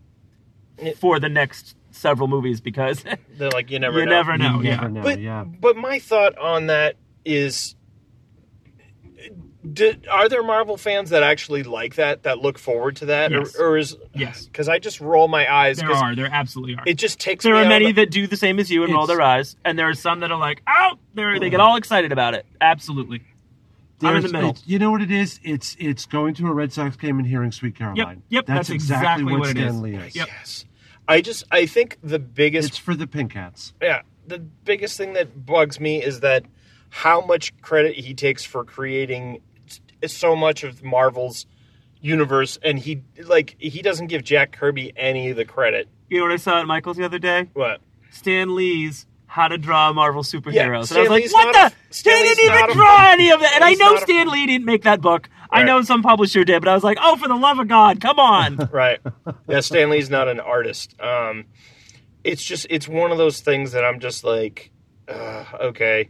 Speaker 2: It-
Speaker 4: for the next several movies because
Speaker 2: They're like you never
Speaker 4: you
Speaker 2: know.
Speaker 4: never know.
Speaker 3: You
Speaker 4: yeah.
Speaker 3: never know,
Speaker 2: but
Speaker 3: yeah.
Speaker 2: but my thought on that is Did, are there Marvel fans that actually like that? That look forward to that,
Speaker 4: Yes.
Speaker 2: or, or is
Speaker 4: Yes.
Speaker 2: Because I just roll my eyes.
Speaker 4: There
Speaker 2: 'cause
Speaker 4: are. There absolutely are.
Speaker 2: It just takes.
Speaker 4: there
Speaker 2: me
Speaker 4: are
Speaker 2: out
Speaker 4: many
Speaker 2: of the-
Speaker 4: that do the same as you and roll
Speaker 3: It's-
Speaker 4: their eyes, and there are some that are like, "Oh!" They're, they get all excited about it. Absolutely. I'm in the
Speaker 3: There's-
Speaker 4: middle.
Speaker 3: it- you know what it is? It's it's going to a Red Sox game and hearing "Sweet Caroline."
Speaker 4: yep, that's exactly what it is.
Speaker 3: Stanley is.
Speaker 4: Yep.
Speaker 2: Yes. I just. I think the biggest.
Speaker 3: It's for the pink hats.
Speaker 2: yeah. The biggest thing that bugs me is that how much credit he takes for creating s- so much of Marvel's universe, and he like he doesn't give Jack Kirby any of the credit.
Speaker 4: You know what I saw at Michael's the other day?
Speaker 2: What?
Speaker 4: Stan Lee's How to Draw Marvel Superheroes.
Speaker 2: Yeah,
Speaker 4: and
Speaker 2: Stan
Speaker 4: I was like,
Speaker 2: Lee's
Speaker 4: what
Speaker 2: not a-
Speaker 4: the?
Speaker 2: Stan
Speaker 4: they
Speaker 2: Lee's
Speaker 4: didn't
Speaker 2: not
Speaker 4: even
Speaker 2: a-
Speaker 4: draw any of that. And I
Speaker 2: Lee's
Speaker 4: know
Speaker 2: not a-
Speaker 4: Stan Lee didn't make that book. I
Speaker 2: Right.
Speaker 4: know some publisher did, but I was like, oh, for the love of God, come on.
Speaker 2: right yeah stanley's not an artist um it's just it's one of those things that i'm just like uh, okay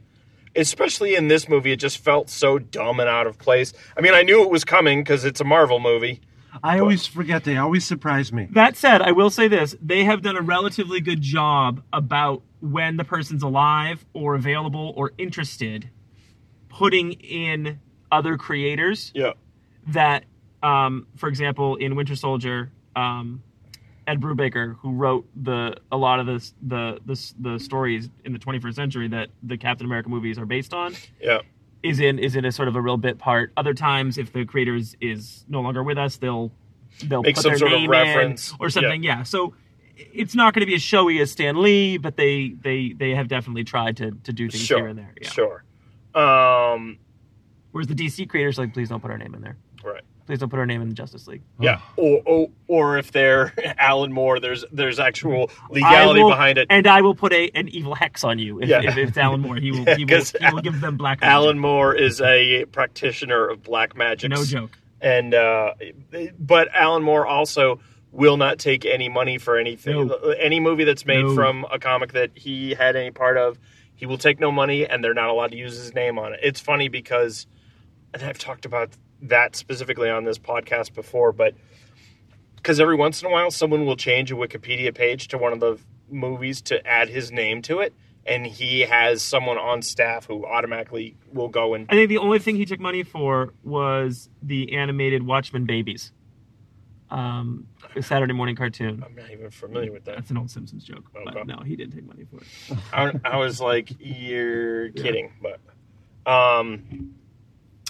Speaker 2: especially in this movie it just felt so dumb and out of place i mean i knew it was coming because it's a marvel movie
Speaker 3: I always forget. They always surprise me.
Speaker 4: That said, I will say this: they have done a relatively good job about when the person's alive or available or interested, putting in other creators
Speaker 2: yeah
Speaker 4: that, um, for example, in Winter Soldier, um, Ed Brubaker, who wrote the a lot of this, the the the stories in the 21st century that the Captain America movies are based on,
Speaker 2: yeah
Speaker 4: is in is in a sort of a real bit part. Other times, if the creator is, is no longer with us, they'll they'll
Speaker 2: Make
Speaker 4: put
Speaker 2: some
Speaker 4: their
Speaker 2: sort of
Speaker 4: name
Speaker 2: reference.
Speaker 4: in or something. Yeah. So it's not going to be as showy as Stan Lee, but they they they have definitely tried to to do things
Speaker 2: Sure,
Speaker 4: here and there. Yeah.
Speaker 2: sure um
Speaker 4: Whereas the DC creators are like, please don't put our name in there.
Speaker 2: right
Speaker 4: Please don't put our name in the Justice League.
Speaker 2: yeah or, or or if they're alan moore there's there's actual
Speaker 4: I
Speaker 2: legality
Speaker 4: will-
Speaker 2: behind it
Speaker 4: and I will put a an evil hex on you if,
Speaker 2: Yeah.
Speaker 4: if, if it's Alan Moore. He will
Speaker 2: Yeah,
Speaker 4: he, will,
Speaker 2: 'cause
Speaker 4: he will give them black.
Speaker 2: alan
Speaker 4: magic.
Speaker 2: moore is a practitioner of black magic
Speaker 4: no joke.
Speaker 2: and uh, but Alan Moore also will not take any money for anything.
Speaker 4: No.
Speaker 2: Any movie that's made
Speaker 4: No.
Speaker 2: from a comic that he had any part of, he will take no money, and they're not allowed to use his name on it. It's funny because, and I've talked about that specifically on this podcast before, but because every once in a while someone will change a Wikipedia page to one of the movies to add his name to it. And he has someone on staff who automatically will go and
Speaker 4: I think the only thing he took money for was the animated Watchmen babies, um, a Saturday morning cartoon.
Speaker 2: I'm not even familiar with that.
Speaker 4: That's an old Simpsons joke, but
Speaker 2: Okay.
Speaker 4: no, he didn't take money for it.
Speaker 2: I, I was like, "You're kidding," but um,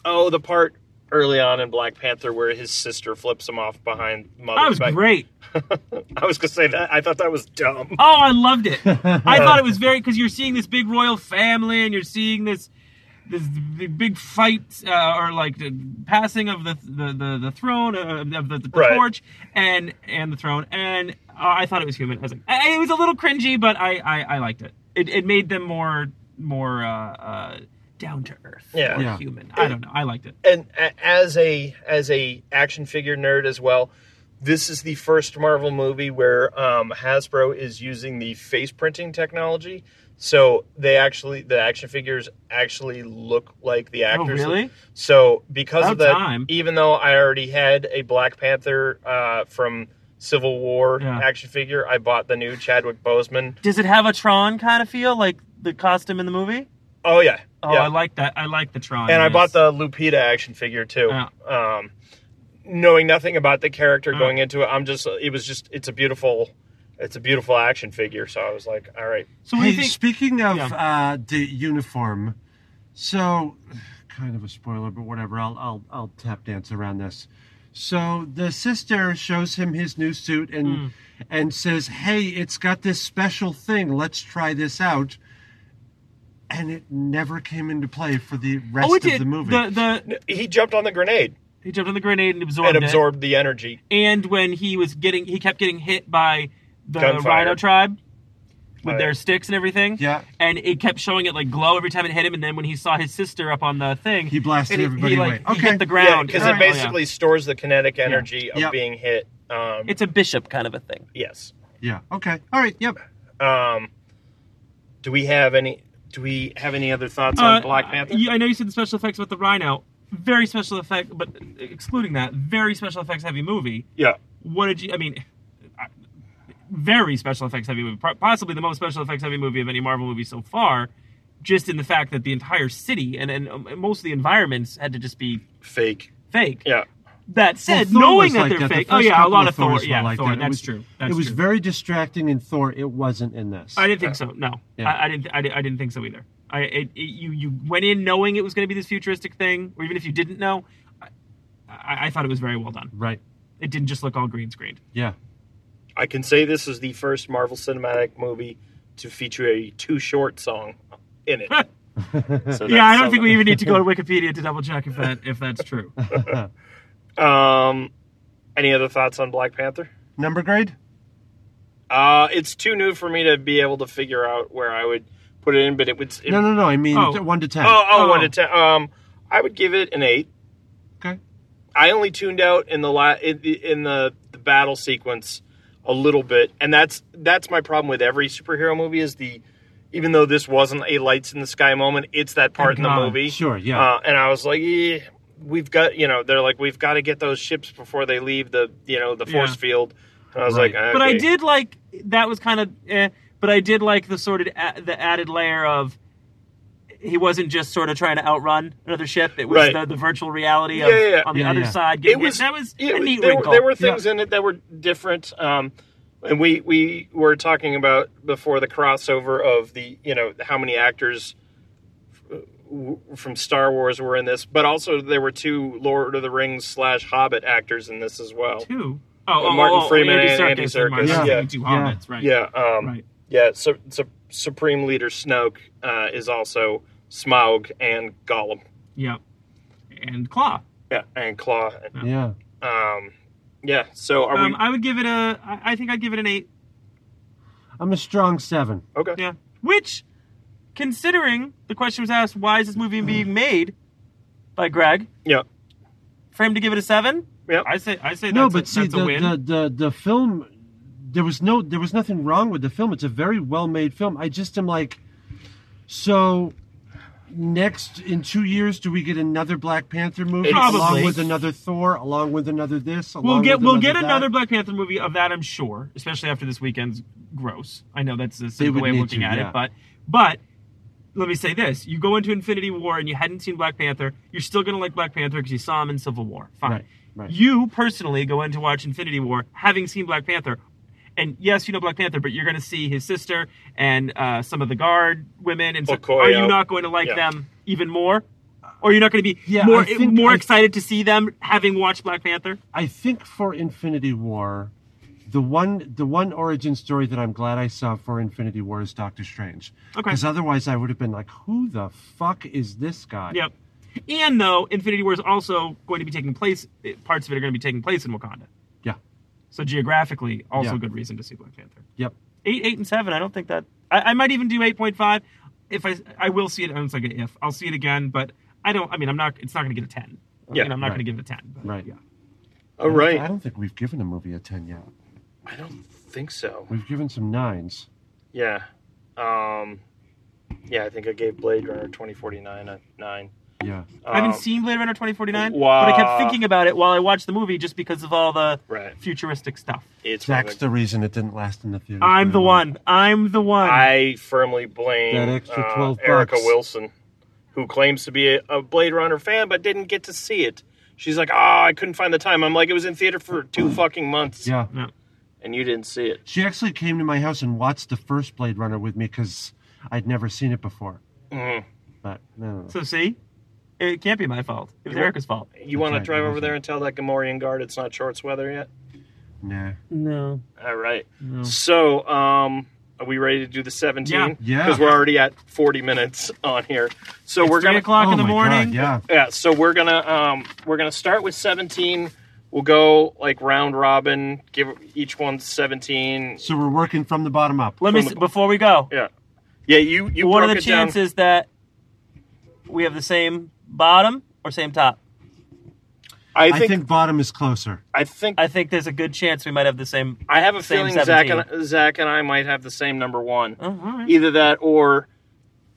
Speaker 2: oh, the part early on in Black Panther where his sister flips him off behind mother.
Speaker 4: That was great.
Speaker 2: I was gonna say that. I thought that was dumb.
Speaker 4: Oh, I loved it. I thought it was very because you're seeing this big royal family and you're seeing this this big, big fight uh, or like the passing of the the the, the throne uh, of the, the
Speaker 2: Right.
Speaker 4: torch and and the throne and uh, I thought it was human. I was like, I, it was a little cringy, but I I, I liked it. it. It made them more more uh, uh, down to earth,
Speaker 2: Yeah.
Speaker 4: more
Speaker 3: Yeah.
Speaker 4: human. I don't know. I liked it.
Speaker 2: And a- as a as a action figure nerd as well, this is the first Marvel movie where um, Hasbro is using the face printing technology. So they actually the action figures actually look like the
Speaker 4: Oh,
Speaker 2: actors.
Speaker 4: really?
Speaker 2: So because
Speaker 4: About
Speaker 2: of that,
Speaker 4: time.
Speaker 2: even though I already had a Black Panther uh, from Civil War
Speaker 4: Yeah.
Speaker 2: action figure, I bought the new Chadwick Boseman.
Speaker 4: Does it have a Tron kind of feel like the costume in the movie?
Speaker 2: Oh yeah,
Speaker 4: Oh,
Speaker 2: yeah.
Speaker 4: I like that. I like the Tron.
Speaker 2: and I
Speaker 4: yes.
Speaker 2: bought the Lupita action figure too.
Speaker 4: Yeah.
Speaker 2: Um, knowing nothing about the character
Speaker 4: Yeah.
Speaker 2: going into it, I'm just it was just it's a beautiful it's a beautiful action figure. So I was like, all right,
Speaker 4: So what do
Speaker 3: hey,
Speaker 4: you think?
Speaker 3: speaking of
Speaker 4: Yeah.
Speaker 3: uh, the uniform, so kind of a spoiler, but whatever. I'll I'll I'll tap dance around this. So the sister shows him his new suit and
Speaker 4: Mm.
Speaker 3: and says, "Hey, it's got this special thing. Let's try this out." And it never came into play for the rest
Speaker 4: oh,
Speaker 3: of
Speaker 4: it did.
Speaker 3: the movie.
Speaker 4: the,
Speaker 2: he jumped on the grenade
Speaker 4: he jumped on the grenade and absorbed,
Speaker 2: and absorbed the energy.
Speaker 4: it. And when he was getting, he kept getting hit by the
Speaker 2: Gunfire.
Speaker 4: Rhino tribe with
Speaker 2: Oh, yeah.
Speaker 4: their sticks and everything.
Speaker 3: yeah,
Speaker 4: And it kept showing it like glow every time it hit him. And then when he saw his sister up on the thing,
Speaker 3: he blasted
Speaker 4: and it-
Speaker 3: everybody
Speaker 4: he,
Speaker 3: away.
Speaker 4: like, he
Speaker 3: okay,
Speaker 4: hit the
Speaker 2: Yeah,
Speaker 4: ground.
Speaker 2: because
Speaker 4: Oh,
Speaker 2: it basically stores the kinetic energy of
Speaker 3: Yeah.
Speaker 2: being hit. Um,
Speaker 4: It's a bishop kind of a thing.
Speaker 2: yes.
Speaker 3: yeah, okay, all right, yep.
Speaker 2: Um, do we have any? Do we have any other thoughts
Speaker 4: Uh,
Speaker 2: on Black Panther?
Speaker 4: you- I know you said the special effects about the Rhino. Very special effect, but excluding that, very special effects heavy movie.
Speaker 2: yeah.
Speaker 4: what did you? I mean, I- very special effects heavy movie, pro- possibly the most special effects heavy movie of any Marvel movie so far. just in the fact that the entire city and, and um, most of the environments had to just be
Speaker 2: fake.
Speaker 4: fake.
Speaker 2: Yeah.
Speaker 4: That said,
Speaker 3: Thor
Speaker 4: knowing
Speaker 3: was
Speaker 4: that
Speaker 3: like
Speaker 4: they're
Speaker 3: that. The
Speaker 4: fake. Oh
Speaker 3: first
Speaker 4: yeah, a
Speaker 3: couple
Speaker 4: lot
Speaker 3: of
Speaker 4: of Thor.
Speaker 3: Thors were
Speaker 4: yeah,
Speaker 3: like
Speaker 4: Thor.
Speaker 3: that. It
Speaker 4: That's
Speaker 3: was-
Speaker 4: true. That's
Speaker 3: it was
Speaker 4: true.
Speaker 3: very distracting in Thor. It wasn't in this.
Speaker 4: I didn't think so. No,
Speaker 3: Yeah.
Speaker 4: I, I didn't. I, di- I didn't think so either. I it, it, you you went in knowing it was going to be this futuristic thing, or even if you didn't know, I, I, I thought it was very well done.
Speaker 3: right.
Speaker 4: It didn't just look all green screened.
Speaker 3: Yeah.
Speaker 2: I can say this is the first Marvel Cinematic movie to feature a too short song in it. So
Speaker 4: Yeah, I
Speaker 2: that's
Speaker 4: don't think we
Speaker 2: something.
Speaker 4: even need to go to Wikipedia to double check if that if that's true.
Speaker 2: Um, any other thoughts on Black Panther?
Speaker 3: Number grade?
Speaker 2: Uh, it's too new for me to be able to figure out where I would put it in, but it would. It,
Speaker 3: No, no, no. I mean,
Speaker 4: Oh.
Speaker 3: t- one to ten.
Speaker 2: Oh, oh,
Speaker 4: Oh.
Speaker 2: one to ten. Um, I would give it an eight.
Speaker 3: Okay.
Speaker 2: I only tuned out in the la- in the, in the the battle sequence a little bit, and that's that's my problem with every superhero movie is the even though this wasn't a lights in the sky moment, it's that part in the
Speaker 4: God,
Speaker 2: movie.
Speaker 3: Sure. Yeah.
Speaker 2: Uh, and I was like, eh, we've got you know they're like we've got to get those ships before they leave the you know the force
Speaker 4: Yeah.
Speaker 2: field. And I was
Speaker 3: Right.
Speaker 2: like, okay.
Speaker 4: But I did like that was kind of. Eh, but I did like the sort of a, the added layer of he wasn't just sort of trying to outrun another ship. It was
Speaker 2: Right.
Speaker 4: the, the virtual reality of,
Speaker 2: Yeah, yeah, yeah.
Speaker 4: on the
Speaker 3: Yeah,
Speaker 4: other
Speaker 3: yeah.
Speaker 4: side. Getting
Speaker 2: It was-
Speaker 4: that was
Speaker 2: Yeah,
Speaker 4: a neat
Speaker 2: there, were-
Speaker 4: wrinkle.
Speaker 2: there were things in it that were different. Um, and we, we were talking about before the crossover of the, you know, how many actors uh, w- from Star Wars were in this, but also there were two Lord of the Rings slash Hobbit actors in this as well.
Speaker 4: Two. Oh,
Speaker 2: Uh, Martin Freeman and Andy Serkis,
Speaker 4: Martin
Speaker 3: yeah.
Speaker 4: Freeman, two
Speaker 3: Yeah.
Speaker 4: hobbits, right?
Speaker 2: Yeah. Um,
Speaker 4: Right.
Speaker 2: Yeah. So, so Supreme Leader Snoke uh, is also Smaug and Gollum.
Speaker 4: Yep. And Claw.
Speaker 2: Yeah. And Claw.
Speaker 4: Uh,
Speaker 3: yeah.
Speaker 2: Um, yeah. So are
Speaker 4: Um, I would give it a. I I think I'd give it an eight.
Speaker 3: I'm a strong seven.
Speaker 2: we okay?
Speaker 4: Yeah. Which, considering the question was asked, why is this movie being made by Greg?
Speaker 2: Yeah.
Speaker 4: For him to give it a seven,
Speaker 2: Yep.
Speaker 4: I say I say that's,
Speaker 3: no,
Speaker 4: a,
Speaker 3: but see
Speaker 4: that's
Speaker 3: the,
Speaker 4: a win.
Speaker 3: the the the film. There was no, there was nothing wrong with the film. It's a very well made film. I just am like, so next in two years, do we get another Black Panther movie
Speaker 4: Probably.
Speaker 3: along with another Thor, along with another this? Along
Speaker 4: we'll get
Speaker 3: with
Speaker 4: we'll get
Speaker 3: that?
Speaker 4: another Black Panther movie of that, I'm sure, especially after this weekend's gross. I know that's a simple
Speaker 3: would
Speaker 4: way of
Speaker 3: need
Speaker 4: looking
Speaker 3: to,
Speaker 4: at
Speaker 3: yeah.
Speaker 4: it, but but let me say this: you go into Infinity War and you hadn't seen Black Panther, you're still gonna like Black Panther because you saw him in Civil War. Fine.
Speaker 3: Right, right.
Speaker 4: You personally go in to watch Infinity War having seen Black Panther. And yes, you know Black Panther, but you're going to see his sister and uh, some of the guard women. And so,
Speaker 2: Okoye.
Speaker 4: are you not going to like
Speaker 2: Yeah.
Speaker 4: them even more? Or you're not going to be
Speaker 3: Yeah,
Speaker 4: more
Speaker 3: I think
Speaker 4: more
Speaker 3: I-
Speaker 4: excited to see them having watched Black Panther?
Speaker 3: I think for Infinity War, the one the one origin story that I'm glad I saw for Infinity War is Doctor Strange.
Speaker 4: Okay.
Speaker 3: Because otherwise, I would have been like, "Who the fuck is this guy?"
Speaker 4: Yep. And though Infinity War is also going to be taking place, parts of it are going to be taking place in Wakanda.
Speaker 3: Yeah.
Speaker 4: So geographically, also
Speaker 3: Yeah.
Speaker 4: a good reason to see Black Panther.
Speaker 3: Yep.
Speaker 4: Eight, eight, and seven. I don't think that. I, I might even do eight point five. If I, I will see it. I'm like a if I'll see it again, but I don't. I mean, I'm not. It's not going to get a ten. I
Speaker 2: Yeah.
Speaker 4: mean, I'm not
Speaker 3: Right.
Speaker 4: going to give it a ten. But
Speaker 3: Right.
Speaker 4: Yeah.
Speaker 2: All
Speaker 3: I
Speaker 2: right.
Speaker 3: don't think we've given a movie a ten yet.
Speaker 2: I don't think so.
Speaker 3: We've given some nines.
Speaker 2: Yeah. Um, yeah, I think I gave Blade Runner 2049 a 9.
Speaker 3: Yeah.
Speaker 4: I haven't
Speaker 2: Um,
Speaker 4: seen Blade Runner 2049,
Speaker 2: Wow.
Speaker 4: but I kept thinking about it while I watched the movie, just because of all the
Speaker 2: Right.
Speaker 4: futuristic stuff.
Speaker 2: It's one of
Speaker 3: That's
Speaker 2: the-
Speaker 3: the reason it didn't last in the theater.
Speaker 4: I'm the one. I'm the one.
Speaker 2: I firmly blame
Speaker 3: That extra
Speaker 2: uh,
Speaker 3: 12
Speaker 2: Erica
Speaker 3: bucks.
Speaker 2: Wilson, who claims to be a, a Blade Runner fan but didn't get to see it. She's like, ah, I couldn't find the time. I'm like, it was in theater for two fucking months.
Speaker 3: Yeah.
Speaker 4: no.
Speaker 2: And you didn't see it.
Speaker 3: She actually came to my house and watched the first Blade Runner with me because I'd never seen it before.
Speaker 2: Mhm.
Speaker 3: But no.
Speaker 4: So see, it can't be my fault. It was
Speaker 2: You're-
Speaker 4: Erica's fault.
Speaker 2: You want
Speaker 3: right,
Speaker 2: to drive
Speaker 3: it
Speaker 2: over
Speaker 3: wasn't.
Speaker 2: there and tell that Gamorrean guard it's not shorts weather yet?
Speaker 3: No.
Speaker 4: No.
Speaker 2: All right.
Speaker 4: No.
Speaker 2: So, um, are we ready to do the 17?
Speaker 4: Yeah.
Speaker 3: Yeah.
Speaker 2: Because we're already at 40 minutes on here. So
Speaker 4: It's
Speaker 2: we're
Speaker 4: three
Speaker 2: going to
Speaker 4: o'clock
Speaker 3: Oh
Speaker 4: in the
Speaker 3: my God,
Speaker 4: morning.
Speaker 3: yeah.
Speaker 2: Yeah, so we're gonna um we're gonna start with seventeen. We'll go like round robin, give each one seventeen.
Speaker 3: So we're working from the bottom up.
Speaker 4: Let me
Speaker 2: From
Speaker 4: s-
Speaker 2: the-
Speaker 4: before we go.
Speaker 2: Yeah, yeah. You you
Speaker 4: what are
Speaker 2: broke
Speaker 4: the
Speaker 2: it down-
Speaker 4: chances that we have the same bottom or same top?
Speaker 2: I
Speaker 3: I
Speaker 2: think,
Speaker 3: think, bottom is closer.
Speaker 2: I think
Speaker 4: I think there's a good chance we might have the same.
Speaker 2: I have a
Speaker 4: same
Speaker 2: feeling
Speaker 4: 17.
Speaker 2: Zach and Zach and I might have the same number one.
Speaker 4: Oh, all right.
Speaker 2: Either that or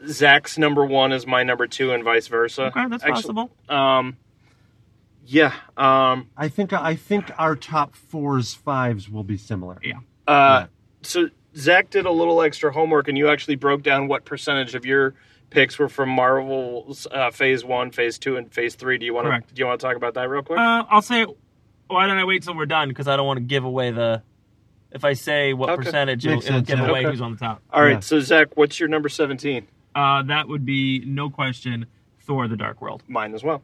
Speaker 2: Zach's number one is my number two, and vice versa.
Speaker 4: Okay, that's
Speaker 2: Actually,
Speaker 4: possible.
Speaker 2: Um, yeah. Um.
Speaker 3: I think I think our top fours, fives will be similar.
Speaker 4: Yeah.
Speaker 2: Uh.
Speaker 3: Yeah.
Speaker 2: So Zach did a little extra homework, and you actually broke down what percentage of your picks were from Marvel's uh, Phase One, Phase Two, and Phase Three. Do you want
Speaker 4: Correct.
Speaker 2: to do you want to talk about that real quick?
Speaker 4: Uh, I'll say. Why don't I wait till we're done? Because I don't want to give away the. If I say what
Speaker 2: Okay.
Speaker 4: percentage, it'll,
Speaker 3: Makes
Speaker 4: it'll
Speaker 3: sense,
Speaker 4: give
Speaker 3: yeah.
Speaker 4: away
Speaker 2: Okay.
Speaker 4: who's on the top.
Speaker 2: All right,
Speaker 3: yeah.
Speaker 2: so Zach, what's your number seventeen?
Speaker 4: Uh, that would be no question. Thor: The Dark World.
Speaker 2: Mine as well.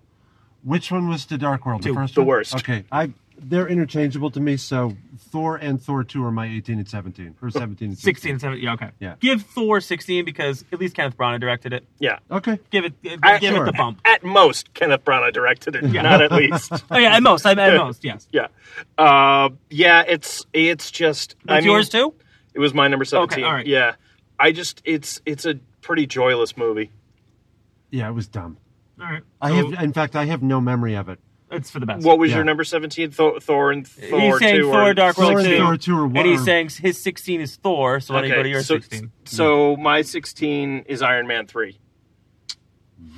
Speaker 3: Which one was the Dark World? The
Speaker 4: Two.
Speaker 3: first
Speaker 2: The
Speaker 3: one?
Speaker 2: worst.
Speaker 3: Okay. I they're interchangeable to me, so Thor and Thor 2 are my 18 and 17.
Speaker 4: Oh,
Speaker 3: Or 17 and
Speaker 4: 16 and 17. Yeah, okay.
Speaker 3: Yeah.
Speaker 4: Give Thor 16 because at least Kenneth Branagh directed it.
Speaker 2: Yeah.
Speaker 3: Okay.
Speaker 4: Give it, give
Speaker 2: I-
Speaker 4: it the
Speaker 3: sure.
Speaker 4: bump.
Speaker 2: At most, Kenneth Branagh directed it.
Speaker 4: Yeah.
Speaker 2: Not at least.
Speaker 4: Oh yeah, at most. I'm at most. Yes.
Speaker 2: yeah. Uh, yeah. It's it's just. I
Speaker 4: That's
Speaker 2: mean,
Speaker 4: yours too.
Speaker 2: It was my number seventeen.
Speaker 4: Okay, all right.
Speaker 2: Yeah. I just it's it's a pretty joyless movie.
Speaker 3: Yeah, it was dumb.
Speaker 4: All right.
Speaker 3: I
Speaker 4: So,
Speaker 3: have in fact I have no memory of it.
Speaker 4: It's for the best.
Speaker 2: What was
Speaker 3: Yeah.
Speaker 2: your number seventeen? Thor, Thor and Thor.
Speaker 4: he's saying
Speaker 2: two or-
Speaker 4: Thor: Dark World
Speaker 3: Thor and
Speaker 4: two,
Speaker 3: Thor two are
Speaker 4: and he's
Speaker 3: one.
Speaker 4: saying his 16 is Thor. So why don't you go to your
Speaker 2: so,
Speaker 4: 16?
Speaker 2: So my sixteen is Iron Man three.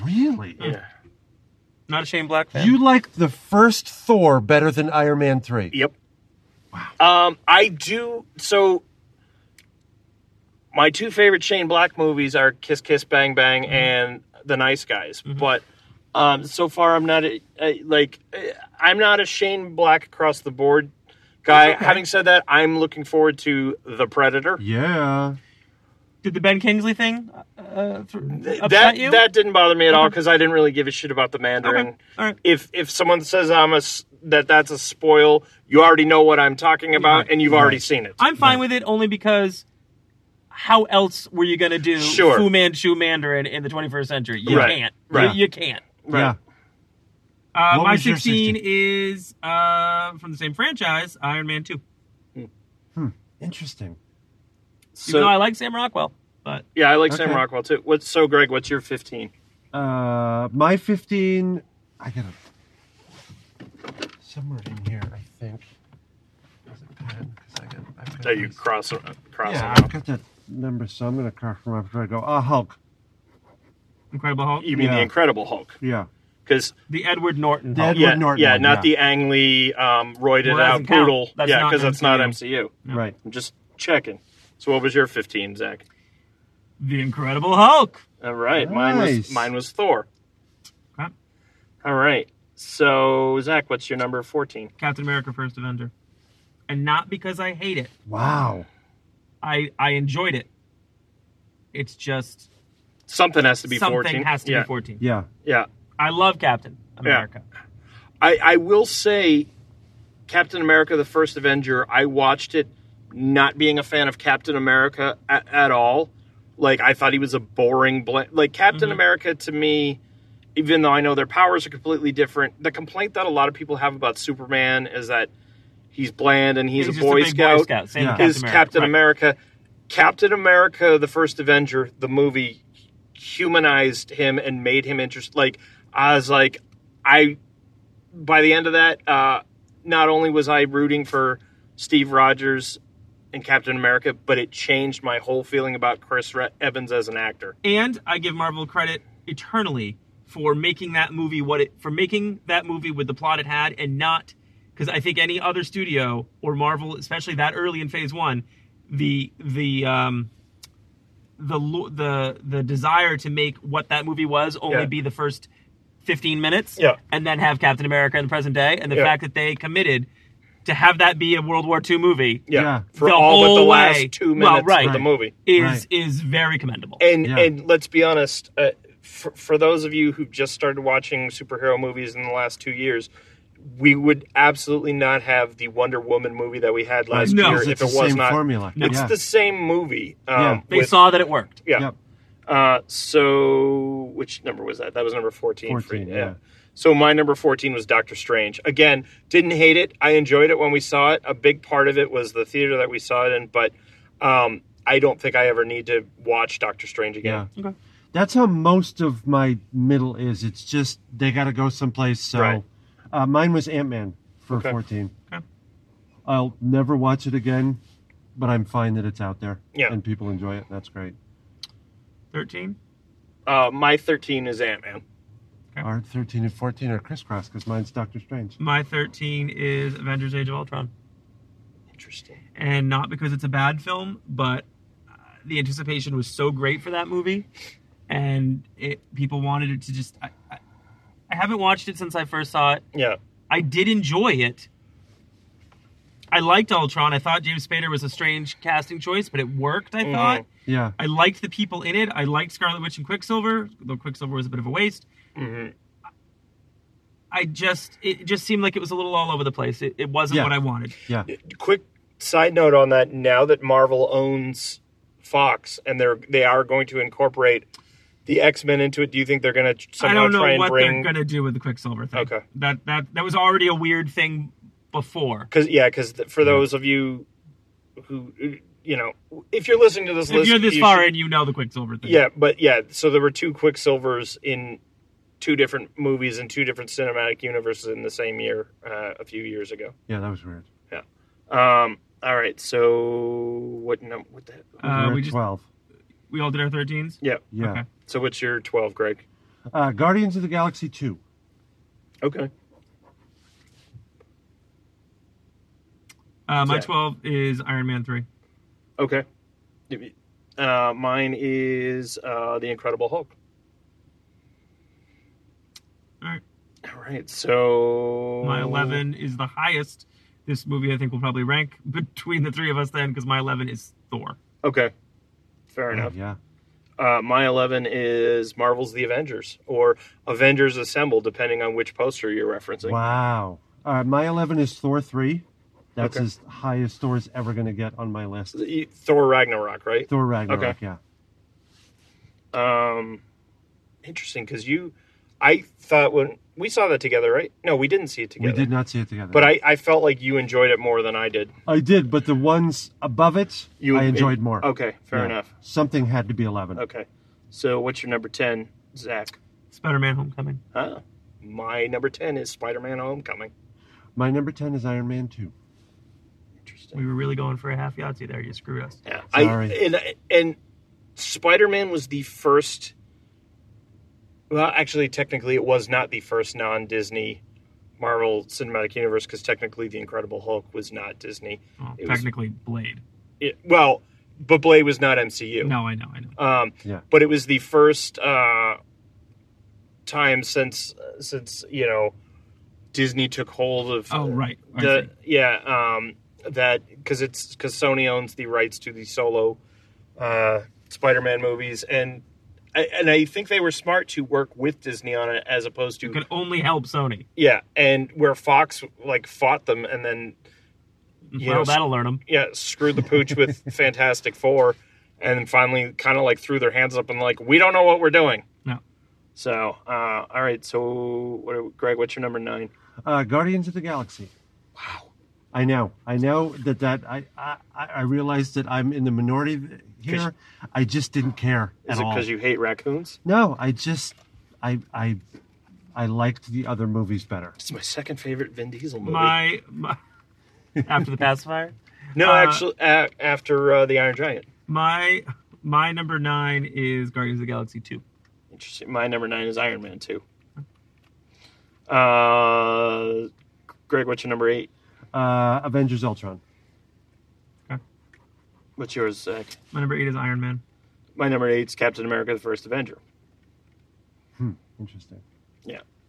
Speaker 3: Really?
Speaker 2: Yeah.
Speaker 4: Not a Shane Black fan.
Speaker 3: You liked the first Thor better than Iron Man 3.
Speaker 2: Yep. Um, I do. So, my two favorite Shane Black movies are Kiss Kiss Bang Bang
Speaker 3: Mm-hmm.
Speaker 2: and The Nice Guys. But um, so far, I'm not a, a, like eh, I'm not a Shane Black across the board guy. Having said that, I'm looking forward to The Predator.
Speaker 3: Yeah.
Speaker 4: Did the Ben Kingsley thing uh, th- upset
Speaker 2: that
Speaker 4: you?
Speaker 2: that didn't bother me at all because I didn't really give a shit about the Mandarin.
Speaker 4: Okay. All right.
Speaker 2: If if someone says I'm a s- that that's a spoil, you already know what I'm talking about and you've already seen it.
Speaker 4: I'm fine with it only because how else were you going to do
Speaker 2: Sure.
Speaker 4: Fu Manchu Mandarin in the 21st century? You
Speaker 2: Right.
Speaker 4: can't.
Speaker 2: Right.
Speaker 4: You, you can't.
Speaker 3: Yeah.
Speaker 4: Uh,
Speaker 3: What
Speaker 4: my
Speaker 3: was your
Speaker 4: 16 is uh, from the same franchise, Iron Man 2. Even
Speaker 3: Interesting.
Speaker 4: though I like Sam Rockwell, but
Speaker 2: Yeah, I like Sam
Speaker 3: Okay.
Speaker 2: Rockwell too. What's so, Greg? What's your fifteen?
Speaker 3: Uh my 15 I got to somewhere in here, I think. There's a pen, 'cause I got- I've got
Speaker 2: That you
Speaker 3: this.
Speaker 2: cross uh, cross
Speaker 3: Yeah,
Speaker 2: them
Speaker 3: I've
Speaker 2: out.
Speaker 3: got that number, so I'm gonna cross them off before I go. Ah, Hulk.
Speaker 4: Incredible Hulk.
Speaker 2: You mean the
Speaker 3: Yeah.
Speaker 2: Incredible Hulk?
Speaker 3: Yeah.
Speaker 2: Because
Speaker 4: The Edward Norton.
Speaker 3: Dead-
Speaker 4: Hulk.
Speaker 2: yeah,
Speaker 3: Edward Norton
Speaker 2: yeah,
Speaker 3: one,
Speaker 2: not
Speaker 3: yeah.
Speaker 2: the Ang Lee um, roided
Speaker 4: Well, that
Speaker 2: out
Speaker 4: doesn't count.
Speaker 2: poodle.
Speaker 4: That's
Speaker 2: yeah,
Speaker 4: not
Speaker 2: because that's not
Speaker 4: MCU.
Speaker 2: MCU.
Speaker 3: Right.
Speaker 2: I'm just checking. So what was your fifteen, Zach?
Speaker 4: The Incredible Hulk.
Speaker 2: All right, mine was
Speaker 3: Nice.
Speaker 2: mine was Thor.
Speaker 4: Okay.
Speaker 2: All right. So Zach, what's your number fourteen?
Speaker 4: Captain America First Avenger. And not because I hate it.
Speaker 3: Wow.
Speaker 4: I, I enjoyed it. It's just
Speaker 2: Something has to be
Speaker 4: something
Speaker 2: fourteen.
Speaker 4: has to
Speaker 2: yeah.
Speaker 4: be 14.
Speaker 3: Yeah.
Speaker 2: Yeah.
Speaker 4: I love Captain America.
Speaker 2: I, I will say Captain America the First Avenger, I watched it not being a fan of Captain America at, at all. Like, I thought he was a boring blend. Like, Captain
Speaker 4: Mm-hmm.
Speaker 2: America to me, even though I know their powers are completely different, the complaint that a lot of people have about Superman is that he's bland and he's, a,
Speaker 4: just
Speaker 2: boy
Speaker 4: big
Speaker 2: Scout.
Speaker 4: Boy Scout. Same
Speaker 3: Yeah.
Speaker 4: with Captain
Speaker 2: is
Speaker 4: America.
Speaker 2: Captain America. Captain
Speaker 4: Right.
Speaker 2: America, the First Avenger, the movie humanized him and made him interest. Like I was like, I by the end of that, uh, not only was I rooting for Steve Rogers and Captain America, but it changed my whole feeling about Chris Re- Evans as an actor.
Speaker 4: and I give Marvel credit eternally for making that movie what it for making that movie with the plot it had and not because I think any other studio or Marvel, especially that early in Phase One, the the um, the lo- the the desire to make what that movie was only
Speaker 2: Yeah.
Speaker 4: be the first fifteen minutes,
Speaker 2: Yeah.
Speaker 4: and then have Captain America in the present day, and the
Speaker 2: Yeah.
Speaker 4: fact that they committed to have that be a World War II movie
Speaker 2: Yeah,
Speaker 3: Yeah.
Speaker 2: for
Speaker 4: The
Speaker 2: all but the
Speaker 4: whole
Speaker 2: last
Speaker 4: way.
Speaker 2: two minutes
Speaker 4: Well, right.
Speaker 2: of the movie.
Speaker 4: is
Speaker 3: Right.
Speaker 4: is very commendable.
Speaker 2: And
Speaker 3: Yeah.
Speaker 2: and let's be honest, uh, for, for those of you who've just started watching superhero movies in the last two years, we would absolutely not have the Wonder Woman movie that we had last
Speaker 4: No.
Speaker 2: year
Speaker 3: It's
Speaker 2: if
Speaker 3: the
Speaker 2: it was
Speaker 3: same
Speaker 2: not.
Speaker 3: formula.
Speaker 2: It's
Speaker 3: Yeah.
Speaker 2: the same movie. Um,
Speaker 3: Yeah.
Speaker 4: they
Speaker 2: with-
Speaker 4: saw that it worked.
Speaker 2: yeah.
Speaker 3: Yep.
Speaker 2: Uh, so which number was that? That was number fourteen. for-
Speaker 3: 14, yeah.
Speaker 2: So my number fourteen was Doctor Strange. Again, didn't hate it. I enjoyed it when we saw it. A big part of it was the theater that we saw it in, but um, I don't think I ever need to watch Doctor Strange again.
Speaker 3: Yeah.
Speaker 4: Okay.
Speaker 3: That's how most of my middle is. It's just they got to go someplace. So
Speaker 2: Right.
Speaker 3: uh, mine was Ant Man for
Speaker 2: Okay.
Speaker 3: 14.
Speaker 4: Okay.
Speaker 3: I'll never watch it again, but I'm fine that it's out there.
Speaker 2: Yeah.
Speaker 3: And people enjoy it. That's great.
Speaker 4: Thirteen.
Speaker 2: Uh, my 13 is Ant Man.
Speaker 4: Okay.
Speaker 3: Our 13 and 14 are crisscross because mine's Doctor Strange.
Speaker 4: My 13 is Avengers Age of Ultron.
Speaker 2: Interesting.
Speaker 4: And not because it's a bad film, but uh, the anticipation was so great for that movie. and it people wanted it to just. I, I, I haven't watched it since I first saw it.
Speaker 2: Yeah.
Speaker 4: I did enjoy it. I liked Ultron. I thought James Spader was a strange casting choice, but it worked. I
Speaker 2: Mhm.
Speaker 4: thought
Speaker 3: Yeah.
Speaker 4: I liked the people in it. I liked Scarlet Witch and Quicksilver, though Quicksilver was a bit of a waste.
Speaker 2: Mhm.
Speaker 4: I just it just seemed like it was a little all over the place. It, it wasn't
Speaker 3: Yeah.
Speaker 4: what I wanted.
Speaker 3: Yeah.
Speaker 2: Quick side note on that. Now that Marvel owns Fox and they're they are going to incorporate the X Men into it, do you think they're going to
Speaker 4: I
Speaker 2: somehow
Speaker 4: don't know
Speaker 2: try and
Speaker 4: what
Speaker 2: bring?
Speaker 4: they're gonna do with the Quicksilver thing.
Speaker 2: Okay.
Speaker 4: That that that was already a weird thing before.
Speaker 2: Because yeah, because for those of you who you know, if you're listening to this
Speaker 4: if
Speaker 2: list,
Speaker 4: you're this
Speaker 2: you
Speaker 4: far
Speaker 2: should-
Speaker 4: in, you know the Quicksilver thing.
Speaker 2: yeah, but yeah. So there were two Quicksilvers in two different movies and two different cinematic universes in the same year uh, a few years ago.
Speaker 3: Yeah, that was weird.
Speaker 2: Um, all right, so what? num what the?
Speaker 4: Uh,
Speaker 3: We're
Speaker 4: we
Speaker 3: at
Speaker 4: just
Speaker 3: 12.
Speaker 4: we all did our thirteens.
Speaker 2: Yeah.
Speaker 3: Yeah.
Speaker 4: okay.
Speaker 2: So what's your twelve, Greg?
Speaker 3: Uh, Guardians of the Galaxy 2.
Speaker 2: Okay.
Speaker 4: Uh, my
Speaker 2: Yeah.
Speaker 4: twelve is Iron Man three.
Speaker 2: Okay. Uh, mine is uh, the Incredible Hulk.
Speaker 4: All right.
Speaker 2: All right, so
Speaker 4: My eleven is the highest. This movie I think will probably rank between the three of us then, because my eleven is Thor.
Speaker 2: Okay, fair
Speaker 3: Oh,
Speaker 2: enough.
Speaker 3: Yeah.
Speaker 2: Uh, my 11 is Marvel's The Avengers or Avengers Assemble, depending on which poster you're referencing.
Speaker 3: Wow. Uh, my 11 is Thor 3. That's
Speaker 2: Okay.
Speaker 3: as high as Thor's ever going to get on my list.
Speaker 2: You- Thor Ragnarok, right?
Speaker 3: Thor Ragnarok,
Speaker 2: Okay.
Speaker 3: yeah.
Speaker 2: Um, interesting because you, I thought when we saw that together, right? No, we didn't see it together.
Speaker 3: We did not see it together.
Speaker 2: But I, I felt like you enjoyed it more than I did.
Speaker 3: I did, but the ones above it,
Speaker 2: You
Speaker 3: I enjoyed more.
Speaker 2: Okay, fair
Speaker 3: Yeah.
Speaker 2: enough.
Speaker 3: Something had to be 11.
Speaker 2: Okay, so what's your number ten, Zach?
Speaker 4: Spider Man Homecoming.
Speaker 2: Huh? My number ten is Spider-Man: Homecoming.
Speaker 3: My number 10 is Iron Man 2.
Speaker 2: Interesting.
Speaker 4: We were really going for a half Yahtzee there. You screwed us.
Speaker 2: Yeah, I
Speaker 3: Sorry.
Speaker 2: and and Spider Man was the first. Well, actually, technically, it was not the first non Disney Marvel Cinematic Universe because technically, the Incredible Hulk was not Disney.
Speaker 4: Well,
Speaker 2: It was-
Speaker 4: technically, Blade.
Speaker 2: It, well, but Blade was not MCU.
Speaker 4: No, I know, I know.
Speaker 2: Um,
Speaker 3: Yeah.
Speaker 2: But it was the first uh, time since since you know Disney took hold of
Speaker 4: Oh, right. I
Speaker 2: the
Speaker 4: see.
Speaker 2: yeah um that because it's because sony owns the rights to the solo uh spider-man movies and I, and i think they were smart to work with disney on it as opposed to
Speaker 4: You could only help Sony.
Speaker 2: yeah and where fox like fought them and then You
Speaker 4: well,
Speaker 2: know,
Speaker 4: that'll learn them.
Speaker 2: yeah screwed the pooch with fantastic four and then finally kind of like threw their hands up and like we don't know what we're doing
Speaker 4: No.
Speaker 2: so uh all right so what are, greg what's your number nine
Speaker 3: Uh, Guardians of the Galaxy.
Speaker 2: wow
Speaker 3: I know. I know that that I I, I I realize that I'm in the minority here. I just didn't care
Speaker 2: is
Speaker 3: at
Speaker 2: it
Speaker 3: all.
Speaker 2: because you hate raccoons
Speaker 3: No, I just I I I liked the other movies better.
Speaker 2: it's my second favorite vin diesel movie
Speaker 4: My, my after the pacifier.
Speaker 2: No,
Speaker 4: Uh,
Speaker 2: actually, a- after uh, the Iron Giant.
Speaker 4: My my number nine is Guardians of the Galaxy two.
Speaker 2: Interesting. My number nine is Iron Man two. Uh, Greg, what's your number eight?
Speaker 3: Uh, Avengers Ultron.
Speaker 2: What's yours, Zach?
Speaker 4: My number eight is Iron Man.
Speaker 2: My number eight is Captain America: The First Avenger.
Speaker 3: Interesting.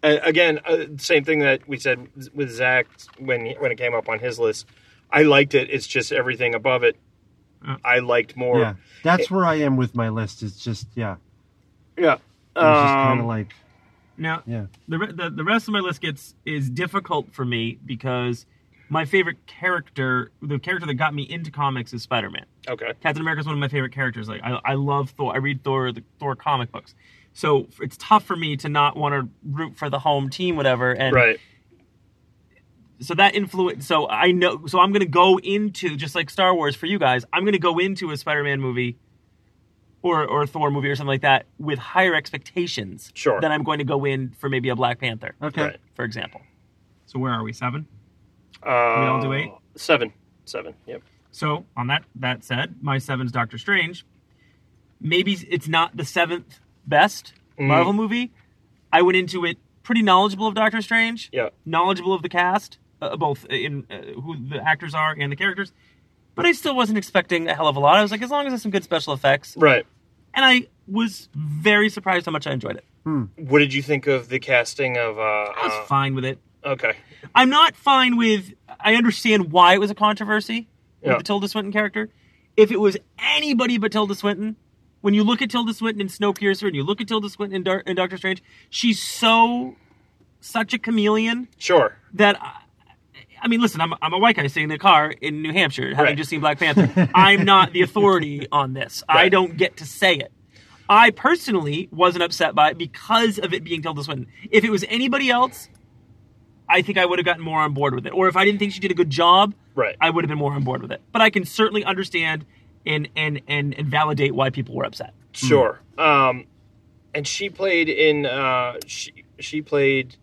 Speaker 2: Uh, again, uh, same thing that we said with Zach when he, when it came up on his list. I liked it. It's just everything above it.
Speaker 4: Uh.
Speaker 2: I liked more.
Speaker 3: yeah, that's where I am with my list. It's just yeah,
Speaker 2: Yeah.
Speaker 3: it was just kind of
Speaker 2: Um,
Speaker 3: like
Speaker 4: Now
Speaker 3: yeah.
Speaker 4: the, re- the the rest of my list gets is difficult for me because my favorite character, the character that got me into comics, is Spider Man.
Speaker 2: okay.
Speaker 4: Captain America is one of my favorite characters. Like I, I love Thor. I read Thor the Thor comic books, so it's tough for me to not want to root for the home team, whatever. And
Speaker 2: Right.
Speaker 4: so that influence. So I know. So I'm gonna go into just like Star Wars for you guys. I'm gonna go into a Spider-Man movie, or or a Thor movie or something like that with higher expectations.
Speaker 2: Sure.
Speaker 4: Than I'm going to go in for maybe a Black Panther,
Speaker 3: Okay.
Speaker 2: Right.
Speaker 4: for example. So where are we? Seven.
Speaker 2: Uh,
Speaker 4: all do eight?
Speaker 2: Seven. Seven. Yep.
Speaker 4: So, on that that said, my seven's Doctor Strange. Maybe it's not the seventh best
Speaker 2: Mm.
Speaker 4: Marvel movie. I went into it pretty knowledgeable of Doctor Strange,
Speaker 2: Yeah.
Speaker 4: knowledgeable of the cast, uh, both in uh, who the actors are and the characters. But I still wasn't expecting a hell of a lot. I was like, as long as there's some good special effects,
Speaker 2: Right.
Speaker 4: and I was very surprised how much I enjoyed it.
Speaker 2: What did you think of the casting of? Uh,
Speaker 4: I was
Speaker 2: uh,
Speaker 4: fine with it.
Speaker 2: okay,
Speaker 4: I'm not fine with. I understand why it was a controversy with
Speaker 2: Yeah.
Speaker 4: the Tilda Swinton character. If it was anybody but Tilda Swinton, when you look at Tilda Swinton in Snowpiercer and you look at Tilda Swinton in, Dar- in Doctor Strange, she's so such a chameleon
Speaker 2: sure.
Speaker 4: that. I, I mean, listen, I'm, I'm a white guy sitting in a car in New Hampshire having
Speaker 2: Right.
Speaker 4: just seen Black Panther. I'm not the authority on this. I
Speaker 2: Right.
Speaker 4: don't get to say it. I personally wasn't upset by it because of it being Tilda Swinton. If it was anybody else, I think I would have gotten more on board with it. Or if I didn't think she did a good job,
Speaker 2: Right.
Speaker 4: I would have been more on board with it. But I can certainly understand and and and, and validate why people were upset.
Speaker 2: Sure. Um, and she played in. Uh, she she played.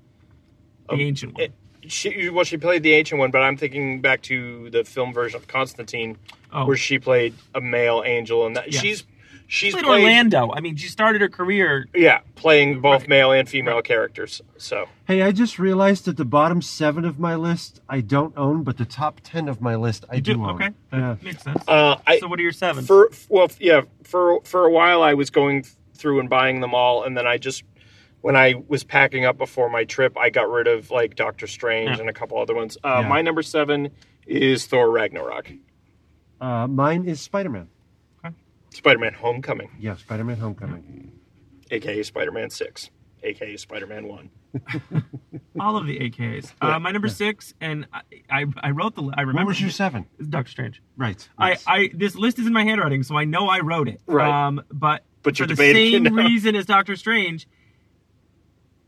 Speaker 4: The ancient
Speaker 2: Um,
Speaker 4: one.
Speaker 2: it- She well, she played the ancient one, but I'm thinking back to the film version of Constantine,
Speaker 4: Oh.
Speaker 2: where she played a male angel, and that
Speaker 4: Yes.
Speaker 2: she's
Speaker 4: She
Speaker 2: she's
Speaker 4: played
Speaker 2: played-
Speaker 4: Orlando. I mean, she started her career.
Speaker 2: Yeah, playing both
Speaker 4: Right.
Speaker 2: male and female characters. So
Speaker 3: Hey, I just realized that the bottom seven of my list I don't own, but the top ten of my list I do, own.
Speaker 4: okay, that
Speaker 3: Yeah.
Speaker 4: makes sense.
Speaker 2: uh, I
Speaker 4: so what are your seven?
Speaker 2: for well f- yeah for for a while I was going th- through and buying them all, and then I just when I was packing up before my trip, I got rid of like Doctor Strange
Speaker 4: Yeah.
Speaker 2: and a couple other ones. Uh,
Speaker 3: Yeah.
Speaker 2: My number seven is Thor Ragnarok,
Speaker 3: Uh, mine is Spider Man.
Speaker 2: Spider Man Homecoming,
Speaker 3: Yeah, Spider Man Homecoming.
Speaker 2: aka Spider Man Six, aka Spider Man One.
Speaker 4: All of the AKs. Uh, my number six, and I, I, I wrote the. li- I
Speaker 3: What
Speaker 4: remember
Speaker 3: was your seven?
Speaker 4: It's Doctor Strange.
Speaker 3: Right.
Speaker 4: I,
Speaker 3: yes.
Speaker 4: I this list is in my handwriting, so I know I wrote it.
Speaker 2: Right.
Speaker 4: Um, but
Speaker 2: But
Speaker 4: for
Speaker 2: you're
Speaker 4: the
Speaker 2: debating
Speaker 4: same
Speaker 2: it now.
Speaker 4: reason as Doctor Strange,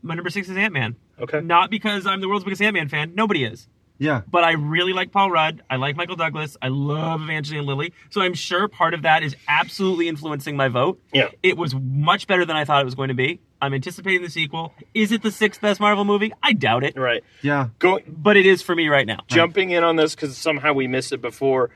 Speaker 4: my number six is Ant Man.
Speaker 2: Okay,
Speaker 4: Not because I'm the world's biggest Ant Man fan. Nobody is.
Speaker 3: yeah.
Speaker 4: But I really like Paul Rudd. I like Michael Douglas. I love Evangeline Lilly. So I'm sure part of that is absolutely influencing my vote.
Speaker 2: Yeah.
Speaker 4: It was much better than I thought it was going to be. I'm anticipating the sequel. Is it the sixth best Marvel movie? I doubt it.
Speaker 2: right.
Speaker 3: Yeah.
Speaker 2: Go
Speaker 4: But it is for me right now.
Speaker 2: jumping in on this because somehow we missed it before.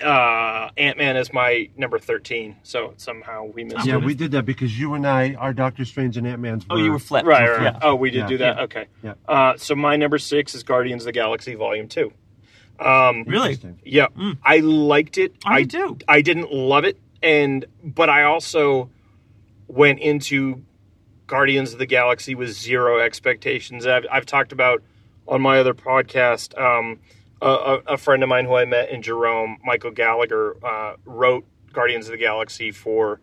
Speaker 2: Uh, Ant Man is my number thirteen, so somehow we missed
Speaker 3: Yeah,
Speaker 2: it.
Speaker 3: we did that because you and I, our Doctor Strange and Ant Man's.
Speaker 4: Oh, you were flipped.
Speaker 2: Right, right, right.
Speaker 4: Yeah.
Speaker 2: Oh, we did
Speaker 3: Yeah.
Speaker 2: do that. Okay.
Speaker 3: Yeah.
Speaker 2: Uh, so my number six is Guardians of the Galaxy Volume Two. Um,
Speaker 4: Really?
Speaker 3: Interesting.
Speaker 2: yeah,
Speaker 4: Mm.
Speaker 2: I liked it.
Speaker 4: I did too.
Speaker 2: I didn't love it, and but I also went into Guardians of the Galaxy with zero expectations. I've, I've talked about on my other podcast. Um, a, a, a friend of mine who I met in Jerome, Michael Gallagher, uh, wrote Guardians of the Galaxy for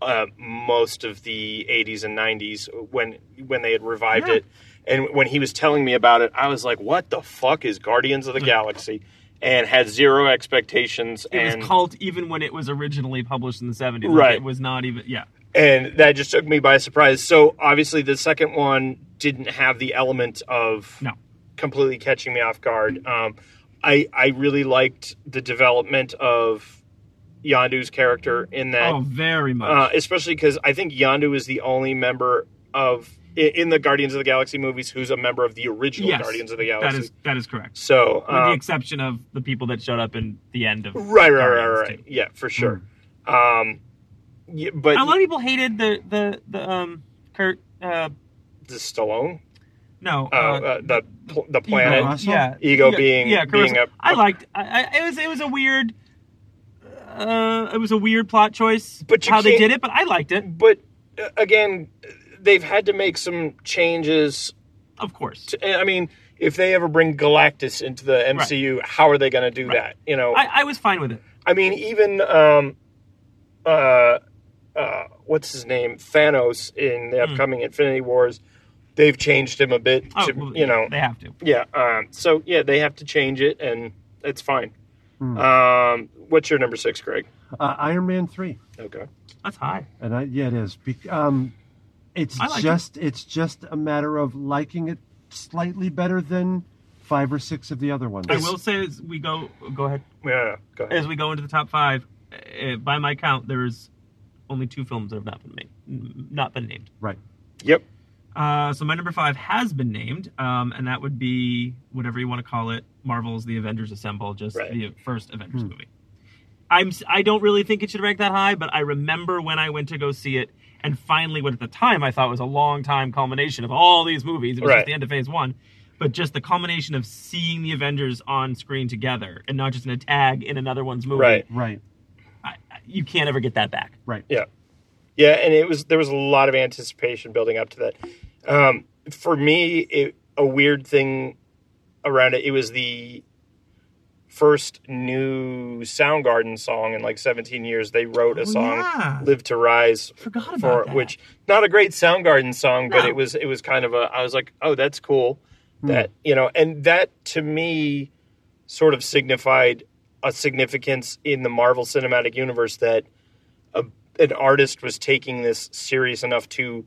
Speaker 2: uh, most of the '80s and '90s when when they had revived
Speaker 4: Yeah.
Speaker 2: it. And when he was telling me about it, I was like, "What the fuck is Guardians of the Galaxy?" And had zero expectations.
Speaker 4: Hmm. It
Speaker 2: and
Speaker 4: was cult even when it was originally published in the 70s. Like,
Speaker 2: Right.
Speaker 4: it was not even, yeah.
Speaker 2: and that just took me by surprise. So obviously, the second one didn't have the element of
Speaker 4: No.
Speaker 2: completely catching me off guard. Um, I I really liked the development of Yandu's character in that,
Speaker 4: Oh, very much.
Speaker 2: uh, especially because I think Yandu is the only member of i- in the Guardians of the Galaxy movies who's a member of the original
Speaker 4: Yes,
Speaker 2: Guardians of the
Speaker 4: that
Speaker 2: Galaxy.
Speaker 4: is that is correct.
Speaker 2: so
Speaker 4: With the
Speaker 2: um,
Speaker 4: exception of the people that showed up in the end of
Speaker 2: right, right, right,
Speaker 4: Guardians,
Speaker 2: right,
Speaker 4: too. Hmm.
Speaker 2: yeah, for sure. Um, yeah,
Speaker 4: A
Speaker 2: but
Speaker 4: lot of people hated the the the um Kurt uh
Speaker 2: the Stallone,
Speaker 4: no
Speaker 2: uh, uh, the pl- the
Speaker 4: Ego,
Speaker 2: planet.
Speaker 3: Russell?
Speaker 4: yeah
Speaker 2: Ego
Speaker 4: yeah,
Speaker 2: being-
Speaker 4: yeah
Speaker 2: being
Speaker 4: Carissa.
Speaker 2: a-
Speaker 4: I liked I, I, it was it was a weird uh it was a weird plot choice
Speaker 2: But you
Speaker 4: how they
Speaker 2: can't-
Speaker 4: did it but I liked it
Speaker 2: but uh, again, they've had to make some changes.
Speaker 4: of course
Speaker 2: To, I mean, if they ever bring Galactus into the MCU, how are they going to do that? You know, I,
Speaker 4: I, I was fine with it
Speaker 2: mean, even um, uh, uh, what's his name, Thanos in the upcoming Infinity Wars, they've changed him a bit.
Speaker 4: oh,
Speaker 2: to,
Speaker 4: well,
Speaker 2: you know,
Speaker 4: they have to
Speaker 2: yeah. Um, so yeah, they have to change it, and it's fine.
Speaker 3: Hmm.
Speaker 2: Um, what's your number six, Greg?
Speaker 3: Uh, Iron Man three,
Speaker 2: Okay,
Speaker 4: that's high
Speaker 3: and I yeah it is. Bec- um, it's
Speaker 4: I like it.
Speaker 3: just it's just a matter of liking it slightly better than five or six of the other ones.
Speaker 4: I will say as we go go ahead
Speaker 2: yeah, go ahead.
Speaker 4: as we go into the top five, uh, by my count, there's only two films that have not been made, n- not been named.
Speaker 3: Right.
Speaker 2: Yep.
Speaker 4: Uh, so my number five has been named, um, and that would be whatever you want to call it, Marvel's The Avengers Assemble, just
Speaker 2: Right.
Speaker 4: the first Avengers
Speaker 3: Hmm.
Speaker 4: movie. I'm s- I don't really think it should rank that high, but I remember when I went to go see it, and finally what at the time I thought was a long time culmination of all these movies. It was
Speaker 2: Right.
Speaker 4: just the end of Phase One. But just the culmination of seeing the Avengers on screen together, and not just in a tag in another one's movie,
Speaker 2: Right.
Speaker 3: Right.
Speaker 4: I, I- you can't ever get that back.
Speaker 3: Right.
Speaker 2: Yeah. Yeah, and it was there was a lot of anticipation building up to that. Um, for me, it, a weird thing around it. It was the first new Soundgarden song in like 17 years. They wrote a
Speaker 4: Oh,
Speaker 2: song,
Speaker 4: yeah.
Speaker 2: "Live to Rise,"
Speaker 4: Forgot
Speaker 2: for
Speaker 4: about that.
Speaker 2: which not a great Soundgarden song, but
Speaker 4: No.
Speaker 2: it was it was kind of a. I was like, oh, that's cool. That you know, and that to me sort of signified a significance in the Marvel Cinematic Universe that a, an artist was taking this serious enough to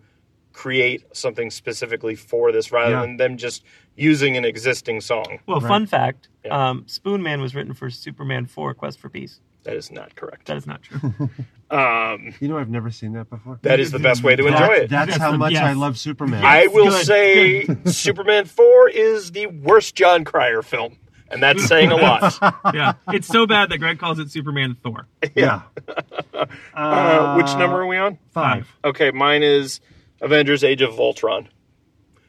Speaker 2: create something specifically for this rather
Speaker 3: Yeah.
Speaker 2: than them just using an existing song.
Speaker 4: Well,
Speaker 3: Right.
Speaker 4: fun fact:
Speaker 2: Yeah.
Speaker 4: um, Spoon Man was written for Superman Four: Quest for Peace.
Speaker 2: That is not correct.
Speaker 4: That is not true.
Speaker 2: Um,
Speaker 3: You know, I've never seen that before.
Speaker 2: that is the best way to
Speaker 3: That-
Speaker 2: enjoy it.
Speaker 3: That's
Speaker 4: Yes,
Speaker 3: how much
Speaker 4: yes.
Speaker 3: I love Superman.
Speaker 2: I will
Speaker 4: Good,
Speaker 2: say Superman 4 is the worst John Cryer film, and that's saying a lot.
Speaker 4: yeah, it's so bad that Greg calls it Superman Thor.
Speaker 3: yeah.
Speaker 2: Uh, which number are we on?
Speaker 3: Five.
Speaker 2: Okay, mine is Avengers Age of Voltron.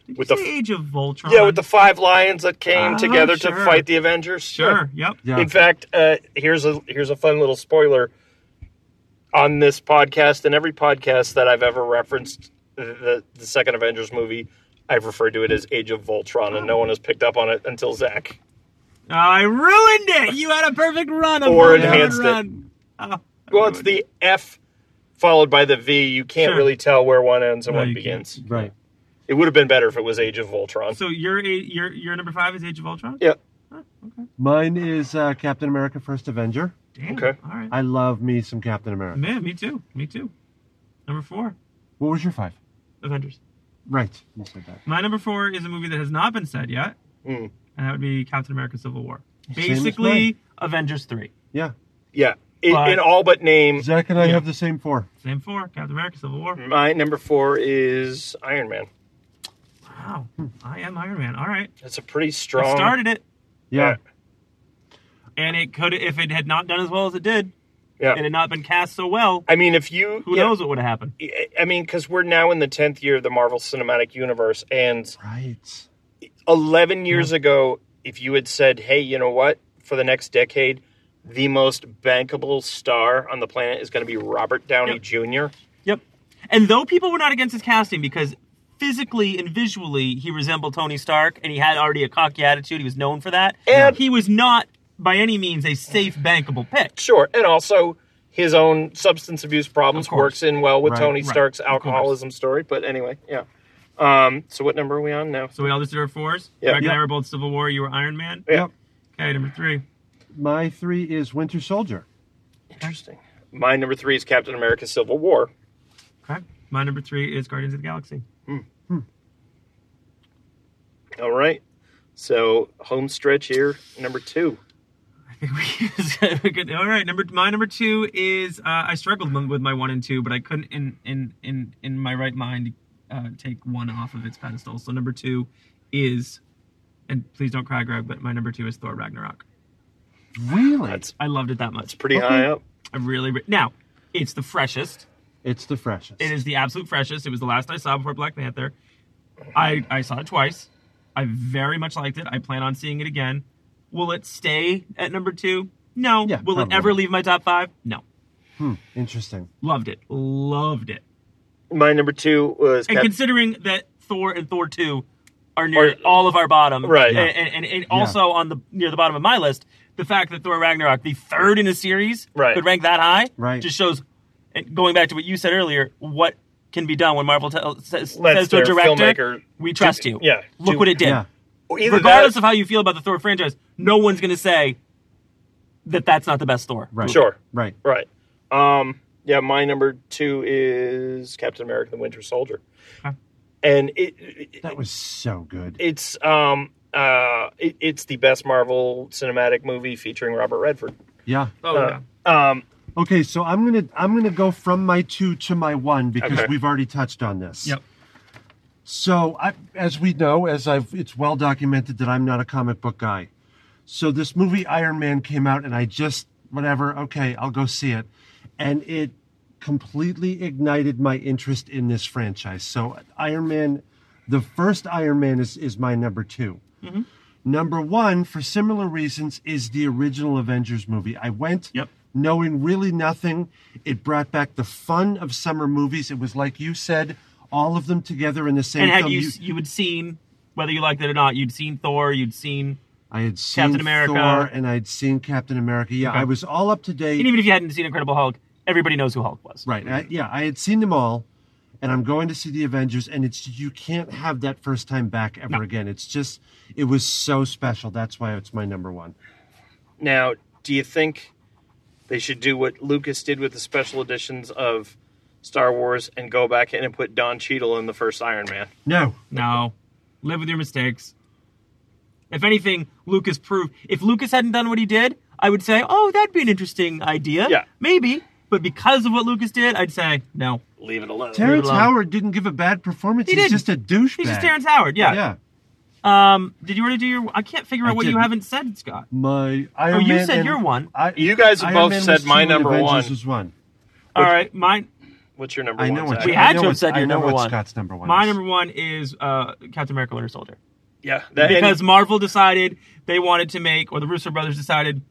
Speaker 4: Did
Speaker 2: With
Speaker 4: you
Speaker 2: the
Speaker 4: say
Speaker 2: f-
Speaker 4: Age of Voltron.
Speaker 2: Yeah, with the five lions that came
Speaker 4: Uh-huh. Ah,
Speaker 2: together to
Speaker 4: sure.
Speaker 2: fight the Avengers.
Speaker 4: sure, yep.
Speaker 3: Yeah.
Speaker 2: In fact, uh, here's a here's a fun little spoiler on this podcast and every podcast that I've ever referenced the, the second Avengers movie. I've referred to it as Age of Voltron, and no one has picked up on it until Zach.
Speaker 4: I ruined it. You had a perfect run of
Speaker 2: Or
Speaker 4: Voltron
Speaker 2: enhanced it.
Speaker 4: run. Oh,
Speaker 2: Well, it's the F followed by the V. You can't
Speaker 4: Sure.
Speaker 2: really tell where one ends and
Speaker 4: No,
Speaker 2: one
Speaker 4: you
Speaker 2: begins.
Speaker 3: Right.
Speaker 2: It would have been better if it was Age of Voltron.
Speaker 4: so your your your number five is Age of Ultron.
Speaker 2: yeah,
Speaker 3: Mine is uh, Captain America: First Avenger.
Speaker 4: Damn.
Speaker 2: Okay.
Speaker 4: All right.
Speaker 3: I love me some Captain America.
Speaker 4: Man, me too. Me too. Number four,
Speaker 3: What was your five?
Speaker 4: Avengers.
Speaker 3: Right. You said that.
Speaker 4: My number four is a movie that has not been said yet,
Speaker 2: Mm.
Speaker 4: and that would be Captain America: Civil War.
Speaker 3: Same as
Speaker 4: Basically, Avengers three.
Speaker 3: Yeah.
Speaker 2: yeah. In,
Speaker 4: But-
Speaker 2: in all but name,
Speaker 3: Zach and I
Speaker 2: Yeah.
Speaker 3: have the same four.
Speaker 4: Same four, Captain America: Civil War.
Speaker 2: my number four is Iron Man.
Speaker 4: Wow, I am Iron Man. All right,
Speaker 2: That's a pretty
Speaker 4: I
Speaker 2: strong.
Speaker 4: started it,
Speaker 3: Yeah.
Speaker 4: and it could if it had not done as well as it did,
Speaker 2: Yeah.
Speaker 4: and it had not been cast so well.
Speaker 2: I mean, if you
Speaker 4: Who
Speaker 2: yeah,
Speaker 4: knows what would have happened?
Speaker 2: I mean, because we're now in the tenth year of the Marvel Cinematic Universe, and
Speaker 3: Right.
Speaker 2: eleven years
Speaker 4: Mm-hmm.
Speaker 2: ago, if you had said, "Hey, you know what? For the next decade, the most bankable star on the planet is going to be Robert Downey Jr."
Speaker 4: Yep. And though people were not against his casting because physically and visually he resembled Tony Stark and he had already a cocky attitude, he was known for that.
Speaker 2: And-
Speaker 4: he was not by any means a safe, bankable pick.
Speaker 2: Sure, and also his own substance abuse problems
Speaker 4: Of course.
Speaker 2: works in well with
Speaker 3: Right,
Speaker 2: Tony
Speaker 4: right,
Speaker 2: Stark's
Speaker 4: of course.
Speaker 2: alcoholism story. But anyway, yeah. Um, so what number are we on now?
Speaker 4: So we all just did our fours.
Speaker 2: Yeah.
Speaker 4: Greg and I
Speaker 3: Yeah.
Speaker 4: were both Civil War. You were Iron Man.
Speaker 2: Yeah.
Speaker 3: Yep.
Speaker 4: Okay, number three.
Speaker 3: My three is Winter Soldier.
Speaker 2: Interesting. My number three is Captain America: Civil War.
Speaker 4: Okay. My number three is Guardians of the Galaxy.
Speaker 2: All right. So home stretch here, number two.
Speaker 4: I think we could- all right. Number my number two is uh, I struggled m- with my one and two, but I couldn't in in in in my right mind uh, take one off of its pedestal. So number two is, and please don't cry, Greg, but my number two is Thor Ragnarok.
Speaker 3: Really?
Speaker 2: That's
Speaker 4: I loved it that
Speaker 2: that's
Speaker 4: much.
Speaker 2: pretty
Speaker 3: Okay.
Speaker 2: high up.
Speaker 4: I really re- now it's the freshest.
Speaker 3: It's the freshest.
Speaker 4: It is the absolute freshest. It was the last I saw before Black Panther. I I saw it twice. I very much liked it. I plan on seeing it again. Will it stay at number two? No.
Speaker 3: Yeah,
Speaker 4: Will it
Speaker 3: probably.
Speaker 4: ever leave my top five? No.
Speaker 3: Hmm. Interesting.
Speaker 4: Loved it. Loved it.
Speaker 2: My number two was
Speaker 4: And
Speaker 2: Cap-
Speaker 4: considering that Thor and Thor 2 are near
Speaker 2: Are-
Speaker 4: all of our bottom.
Speaker 2: Right.
Speaker 4: And, and, and, and also on the near the bottom of my list, the fact that Thor Ragnarok, the third in a series,
Speaker 2: Right.
Speaker 4: could rank that high
Speaker 3: Right.
Speaker 4: just shows, and going back to what you said earlier, what can be done when Marvel tell says, says to
Speaker 2: their
Speaker 4: a director,
Speaker 2: filmmaker
Speaker 4: we trust you.
Speaker 2: yeah,
Speaker 4: Look
Speaker 2: do-
Speaker 4: what it did.
Speaker 3: Yeah.
Speaker 2: either
Speaker 4: Regardless
Speaker 2: that-
Speaker 4: of how you feel about the Thor franchise, no one's going to say that that's not the best Thor.
Speaker 3: Right.
Speaker 2: Sure.
Speaker 3: Right.
Speaker 2: Right. Um, yeah, my number two is Captain America: The Winter Soldier,
Speaker 4: Huh.
Speaker 2: and it, it
Speaker 3: That was so good.
Speaker 2: it's um uh it, it's the best Marvel cinematic movie featuring Robert Redford.
Speaker 3: Yeah.
Speaker 4: Oh,
Speaker 2: Uh,
Speaker 4: yeah.
Speaker 2: Um,
Speaker 3: Okay, so I'm gonna I'm gonna go from my two to my one because
Speaker 2: Okay.
Speaker 3: we've already touched on this.
Speaker 4: Yep.
Speaker 3: So I, as we know, as I've it's well documented that I'm not a comic book guy. So this movie Iron Man came out, and I just whatever. Okay, I'll go see it, and it completely ignited my interest in this franchise. So Iron Man, the first Iron Man is is my number 2
Speaker 4: Mm-hmm.
Speaker 3: Number one, for similar reasons, is the original Avengers movie. I went
Speaker 4: Yep.
Speaker 3: knowing really nothing. It brought back the fun of summer movies. It was like you said, all of them together in the same
Speaker 4: and had
Speaker 3: film.
Speaker 4: you you had seen whether you liked it or not, you'd seen Thor, you'd seen,
Speaker 3: I had seen
Speaker 4: Captain America.
Speaker 3: Thor and I'd seen Captain America. Yeah,
Speaker 4: Okay.
Speaker 3: I was all up to date.
Speaker 4: and even if you hadn't seen Incredible Hulk, everybody knows who Hulk was.
Speaker 3: Right. I, yeah, I had seen them all, and I'm going to see the Avengers, and it's you can't have that first time back ever again. It's just it was so special. That's why it's my number one.
Speaker 2: Now, do you think they should do what Lucas did with the special editions of Star Wars and go back in and put Don Cheadle in the first Iron Man?
Speaker 3: No,
Speaker 4: No, live with your mistakes. If anything, Lucas proved. If Lucas hadn't done what he did, I would say, oh, that'd be an interesting idea.
Speaker 2: Yeah.
Speaker 4: maybe. But because of what Lucas did, I'd say no.
Speaker 2: Leave it alone.
Speaker 3: Terrence
Speaker 4: alone.
Speaker 3: Howard didn't give a bad performance.
Speaker 4: He
Speaker 3: He's
Speaker 4: didn't.
Speaker 3: just a douchebag.
Speaker 4: He's just Terrence Howard. Yeah.
Speaker 3: Yeah.
Speaker 4: Um, did you already do your? I can't figure out
Speaker 3: I
Speaker 4: what you
Speaker 3: didn't.
Speaker 4: haven't said, Scott.
Speaker 3: My Iron
Speaker 4: oh, you
Speaker 3: Man
Speaker 4: said
Speaker 3: and-
Speaker 4: your one.
Speaker 3: I,
Speaker 2: You guys have
Speaker 3: Iron
Speaker 2: both
Speaker 3: Man
Speaker 2: said
Speaker 3: was
Speaker 2: my
Speaker 3: two and
Speaker 2: number
Speaker 3: Avengers
Speaker 2: one.
Speaker 3: Was one.
Speaker 4: All right, mine.
Speaker 2: What's your number
Speaker 3: I
Speaker 2: one?
Speaker 3: know what
Speaker 2: Zach?
Speaker 4: We
Speaker 3: I
Speaker 4: had
Speaker 3: know
Speaker 4: to have
Speaker 3: what-
Speaker 4: said
Speaker 3: I
Speaker 4: your
Speaker 3: know
Speaker 4: number
Speaker 3: what
Speaker 4: one.
Speaker 3: Scott's number one.
Speaker 4: My
Speaker 3: is.
Speaker 4: number one is uh, Captain America: Winter Soldier.
Speaker 2: Yeah, that, and-
Speaker 4: because Marvel decided they wanted to make, or the Russo brothers decided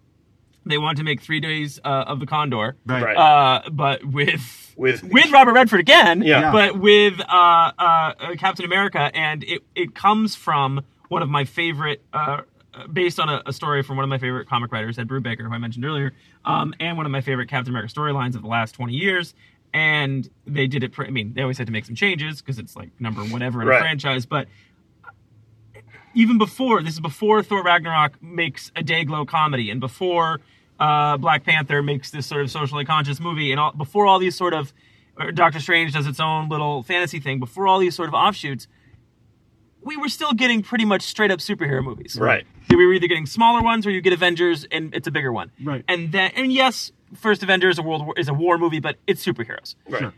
Speaker 4: they wanted to make three days uh, of the Condor,
Speaker 3: Right.
Speaker 2: Right.
Speaker 4: uh, but with
Speaker 2: With-
Speaker 4: with Robert Redford again,
Speaker 2: Yeah.
Speaker 4: but with uh, uh, uh, Captain America, and it it comes from one of my favorite. Uh, uh, Based on a, a story from one of my favorite comic writers, Ed Brubaker, who I mentioned earlier, um, and one of my favorite Captain America storylines of the last 20 years. And they did it, pre- I mean, they always had to make some changes because it's like number whatever in
Speaker 2: Right.
Speaker 4: a franchise, but even before this is before Thor Ragnarok makes a day glow comedy and before uh, Black Panther makes this sort of socially conscious movie and all, before all these sort of or Doctor Strange does its own little fantasy thing before all these sort of offshoots we were still getting pretty much straight up superhero movies
Speaker 2: Right.
Speaker 4: we were either getting smaller ones or you get Avengers and it's a bigger one
Speaker 3: Right.
Speaker 4: and that and yes first Avenger is a world war, is a war movie but it's superheroes
Speaker 2: right.
Speaker 3: Sure.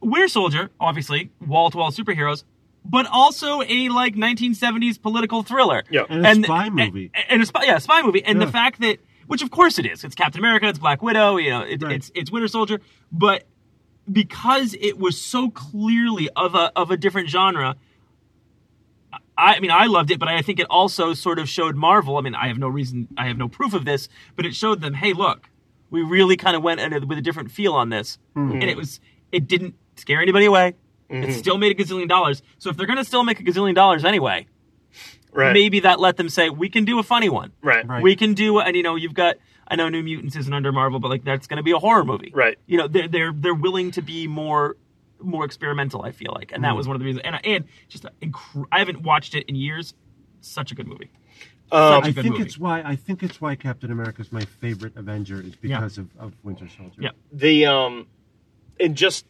Speaker 4: Winter Soldier, obviously, wall to wall superheroes, but also a like 1970s political thriller.
Speaker 2: Yeah.
Speaker 3: And a spy movie.
Speaker 4: And, and a spy, yeah, a spy movie. And
Speaker 3: Yeah.
Speaker 4: the fact that, which of course it is, it's Captain America, it's Black Widow, you know, it,
Speaker 3: Right.
Speaker 4: it's it's Winter Soldier, but because it was so clearly of a of a different genre. I I mean, I loved it, but I think it also sort of showed Marvel. I mean, I have no reason, I have no proof of this, but it showed them, hey, look, we really kind of went at it with a different feel on this,
Speaker 3: Hmm.
Speaker 4: and it was, it didn't scare anybody away. It still made a gazillion dollars. So if they're going to still make a gazillion dollars anyway,
Speaker 2: Right.
Speaker 4: maybe that let them say we can do a funny one.
Speaker 2: Right.
Speaker 3: Right.
Speaker 4: We can do, and you know, you've got. I know New Mutants isn't under Marvel, but like that's going to be a horror movie,
Speaker 2: Right.
Speaker 4: You know, they're they're they're willing to be more more experimental. I feel like, and
Speaker 3: Mm.
Speaker 4: that was one of the reasons. And and just incre- I haven't watched it in years. Such a good movie.
Speaker 2: Um,
Speaker 4: Such
Speaker 3: I
Speaker 4: a good
Speaker 3: think
Speaker 4: movie.
Speaker 3: it's why I think it's why Captain America is my favorite Avenger is because of, of Winter Soldier.
Speaker 4: Yeah.
Speaker 2: the um, and just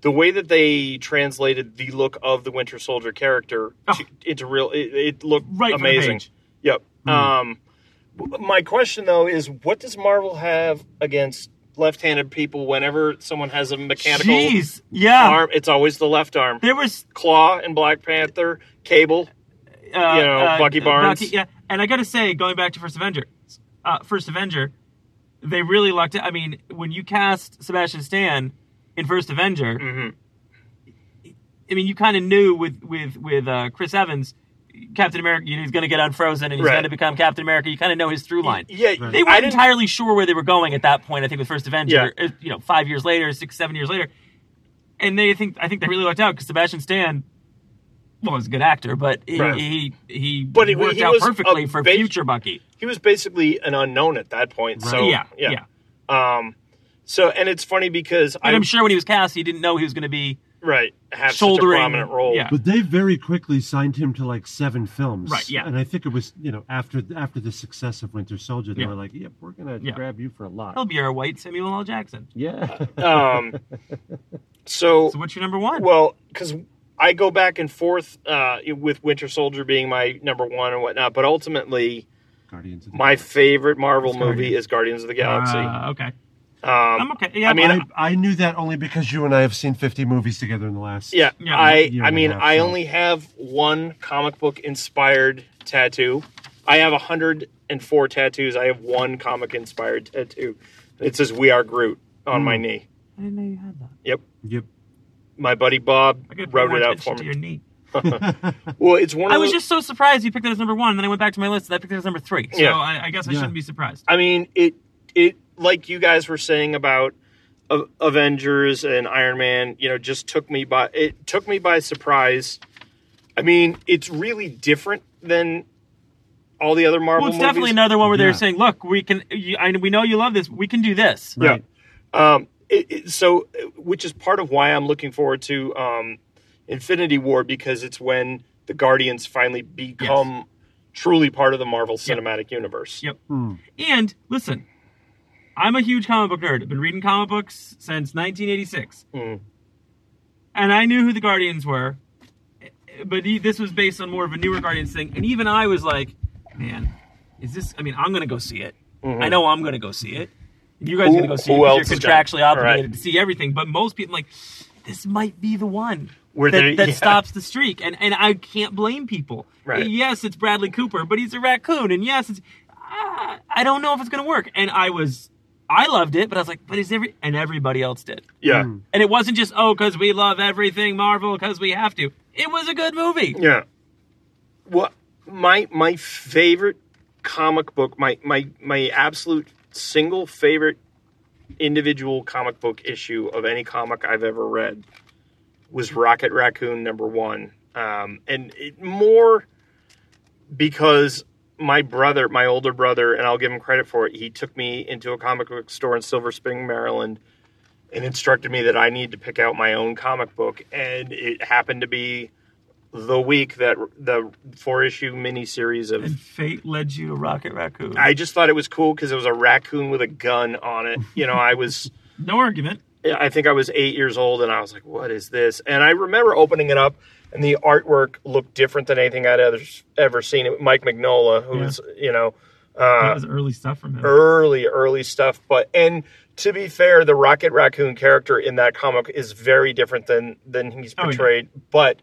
Speaker 2: the way that they translated the look of the Winter Soldier character
Speaker 4: Oh.
Speaker 2: to, into real, it, it looked
Speaker 4: Right from the
Speaker 2: amazing.
Speaker 4: page. Hmm.
Speaker 2: Yep. Um, w- my question though is, what does Marvel have against left-handed people? Whenever someone has a mechanical
Speaker 4: Jeez, yeah.
Speaker 2: arm, it's always the left arm.
Speaker 4: There was
Speaker 2: Claw and Black Panther, Cable.
Speaker 4: uh,
Speaker 2: You know,
Speaker 4: uh,
Speaker 2: Bucky Barnes.
Speaker 4: yeah, and I got to say, going back to First Avenger, uh, First Avenger, they really lucked. I mean, when you cast Sebastian Stan in First Avenger,
Speaker 2: Mm-hmm.
Speaker 4: I mean, you kind of knew with with with uh, Chris Evans, Captain America, you know, he's going to get unfrozen and he's
Speaker 2: Right.
Speaker 4: going to become Captain America. You kind of know his through line.
Speaker 2: Yeah,
Speaker 3: Right.
Speaker 4: They
Speaker 2: I
Speaker 4: weren't
Speaker 2: didn't.
Speaker 4: entirely sure where they were going at that point. I think with First Avenger, uh, you know, five years later, six, seven years later, and they think I think they really lucked out because Sebastian Stan, well, he's a good actor, but he
Speaker 2: Right.
Speaker 4: he, he
Speaker 2: But it-
Speaker 4: worked
Speaker 2: he
Speaker 4: out
Speaker 2: was
Speaker 4: perfectly
Speaker 2: a
Speaker 4: for
Speaker 2: base-
Speaker 4: future Bucky.
Speaker 2: he was basically an unknown at that point. So
Speaker 4: yeah, yeah,
Speaker 2: Um, so and it's funny because
Speaker 4: And
Speaker 2: I
Speaker 4: I'm sure when he was cast, he didn't know he was going to be
Speaker 2: right have
Speaker 4: Shouldering-
Speaker 2: such a prominent role.
Speaker 4: yeah.
Speaker 3: But they very quickly signed him to like seven films.
Speaker 4: Right, yeah.
Speaker 3: And I think it was, you know, after after the success of Winter Soldier, they
Speaker 4: Yeah.
Speaker 3: were like, Yep, we're gonna
Speaker 4: Yeah.
Speaker 3: grab you for a lot.
Speaker 4: he'll be our white Samuel L. Jackson.
Speaker 3: Yeah.
Speaker 2: Um, so
Speaker 4: So what's your number one?
Speaker 2: well because I go back and forth uh, with Winter Soldier being my number one and whatnot, but ultimately
Speaker 3: Guardians of the
Speaker 2: my favorite Marvel
Speaker 4: It's
Speaker 2: movie is Guardians of the Galaxy.
Speaker 4: Uh, okay, I'm
Speaker 2: um,
Speaker 4: okay. Yeah,
Speaker 2: I mean,
Speaker 3: I, I knew that only because you and I have seen 50 movies together in the last.
Speaker 2: yeah,
Speaker 4: Yeah,
Speaker 2: I
Speaker 3: year
Speaker 2: I
Speaker 3: and a
Speaker 2: mean
Speaker 3: half,
Speaker 2: I
Speaker 3: so.
Speaker 2: only have one comic book inspired tattoo. I have 104 tattoos. I have one comic inspired tattoo. It says "We Are Groot" on
Speaker 4: Hmm.
Speaker 2: my knee.
Speaker 4: I didn't know you had that.
Speaker 2: Yep.
Speaker 3: Yep.
Speaker 2: my buddy Bob
Speaker 4: I could
Speaker 2: wrote
Speaker 4: pay
Speaker 2: it
Speaker 4: more
Speaker 2: out for
Speaker 4: attention to your
Speaker 2: me.
Speaker 4: knee.
Speaker 2: Well, it's one of
Speaker 4: I was
Speaker 2: those-
Speaker 4: just so surprised you picked it as number one, and then I went back to my list and I picked it as number three. So
Speaker 2: Yeah.
Speaker 4: I, I guess I
Speaker 3: Yeah.
Speaker 4: shouldn't be surprised.
Speaker 2: I mean, it it like you guys were saying about A- Avengers and Iron Man, you know, just took me by it took me by surprise. I mean, it's really different than all the other Marvel
Speaker 4: Well, it's
Speaker 2: movies.
Speaker 4: definitely another one where they're
Speaker 3: Yeah.
Speaker 4: saying, "Look, we can. You, I, we know you love this. We can do this."
Speaker 3: Right.
Speaker 2: Yeah. Um, it, it- so, uh, which is part of why I'm looking forward to um, Infinity War because it's when the Guardians finally become truly part of the Marvel Cinematic Universe.
Speaker 4: Yep.
Speaker 3: Hmm.
Speaker 4: And listen, I'm a huge comic book nerd. I've been reading comic books since 1986,
Speaker 2: Mm.
Speaker 4: and I knew who the Guardians were. But he, this was based on more of a newer Guardians thing, and even I was like, "Man, is this? I mean, I'm gonna go see it. I know I'm gonna go see it. You guys
Speaker 2: Mm-hmm. Who-
Speaker 4: are gonna go see
Speaker 2: who
Speaker 4: it. 'cause
Speaker 2: else
Speaker 4: You're
Speaker 2: is gonna-
Speaker 4: contractually obligated
Speaker 2: Right.
Speaker 4: to see everything. But most people like, this might be the one
Speaker 2: Where
Speaker 4: that,
Speaker 2: they-
Speaker 4: that
Speaker 2: yeah.
Speaker 4: stops the streak, and and I can't blame people.
Speaker 2: Right.
Speaker 4: Yes, it's Bradley Cooper, but he's a raccoon, and yes, it's ah, I don't know if it's gonna work. And I was, I loved it, but I was like, but is every and everybody else did,
Speaker 2: Yeah.
Speaker 4: and it wasn't just oh, because we love everything Marvel, because we have to. It was a good movie.
Speaker 2: Yeah. Well, my my favorite comic book, my my my absolute single favorite individual comic book issue of any comic I've ever read was Rocket Raccoon number one, um, and it, more because my brother, my older brother, and I'll give him credit for it. He took me into a comic book store in Silver Spring, Maryland, and instructed me that I need to pick out my own comic book, and it happened to be the week that the four issue miniseries of
Speaker 4: And fate led you to Rocket Raccoon.
Speaker 2: I just thought it was cool because it was a raccoon with a gun on it. You know, I was,
Speaker 4: no argument.
Speaker 2: I think I was eight years old and I was like, what is this? And I remember opening it up and the artwork looked different than anything I'd ever, ever seen. It, Mike Magnola, who
Speaker 4: Yeah.
Speaker 2: was, you know,
Speaker 4: That
Speaker 2: uh, er,
Speaker 4: was early stuff from him.
Speaker 2: early, early stuff. But, and to be fair, the Rocket Raccoon character in that comic is very different than, than he's
Speaker 4: Oh, yeah.
Speaker 2: portrayed. But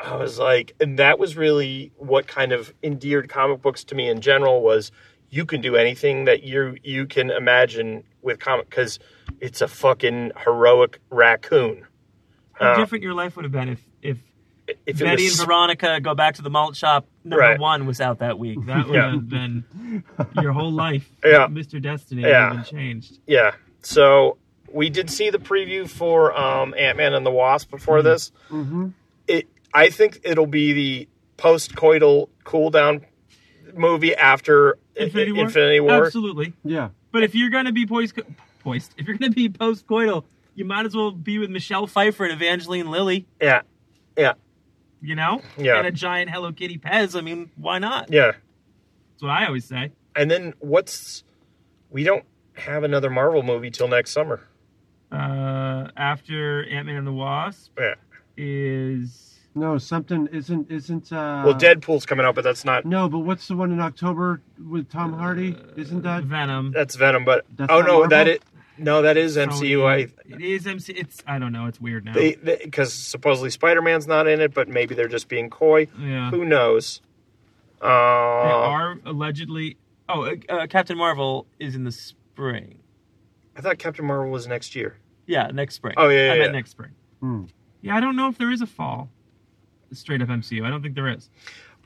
Speaker 2: I was like, and that was really what kind of endeared comic books to me in general was you can do anything that you you can imagine with comic because it's a fucking heroic raccoon.
Speaker 4: How
Speaker 2: Uh,
Speaker 4: different your life would have been if if
Speaker 2: If it
Speaker 4: Betty
Speaker 2: was-
Speaker 4: and Veronica go back to the malt shop number
Speaker 2: Right.
Speaker 4: one was out that week. That would
Speaker 2: Yeah.
Speaker 4: have been your whole life.
Speaker 2: Yeah.
Speaker 4: Mr. Destiny
Speaker 2: Yeah.
Speaker 4: would have been changed.
Speaker 2: yeah. So we did see the preview for um, Ant Man and the Wasp before
Speaker 4: Mm-hmm.
Speaker 2: this.
Speaker 3: hmm
Speaker 2: It I think it'll be the post coital cool down movie after
Speaker 4: Infinity
Speaker 2: I-
Speaker 4: War?
Speaker 2: Infinity War.
Speaker 4: Absolutely.
Speaker 3: Yeah.
Speaker 4: But if you're gonna be poised poised if you're gonna be post coital, you might as well be with Michelle Pfeiffer and Evangeline Lilly,
Speaker 2: Yeah. Yeah.
Speaker 4: you know?
Speaker 2: Yeah.
Speaker 4: And a giant Hello Kitty Pez. I mean, why not?
Speaker 2: Yeah.
Speaker 4: That's what I always say.
Speaker 2: And then what's we don't have another Marvel movie till next summer.
Speaker 4: Uh, after Ant Man and the Wasp
Speaker 2: Yeah.
Speaker 4: is
Speaker 3: No, something isn't isn't. Uh,
Speaker 2: Well, Deadpool's coming out, but that's not
Speaker 3: No, but what's the one in October with
Speaker 2: Uh,
Speaker 3: Tom Hardy? Isn't that?
Speaker 4: uh, Venom.
Speaker 2: that's Venom. But
Speaker 3: That's
Speaker 2: oh
Speaker 3: not
Speaker 2: no, that
Speaker 3: Marvel?
Speaker 2: it no, that is MCU. I
Speaker 4: Sony- It is MC. It's I don't know. It's weird now.
Speaker 2: they because supposedly Spider Man's not in it, but maybe they're just being coy.
Speaker 4: yeah.
Speaker 2: Who knows? Uh,
Speaker 4: Uh-huh. They are allegedly. Oh, uh, uh, Captain Marvel is in the spring.
Speaker 2: I thought Captain Marvel was next year.
Speaker 4: Yeah, next spring.
Speaker 2: Oh, yeah,
Speaker 4: I
Speaker 2: yeah,
Speaker 4: meant
Speaker 2: yeah.
Speaker 4: next spring.
Speaker 3: Hmm.
Speaker 4: Yeah, I don't know if there is a fall. Straight up MCU. I don't think there is.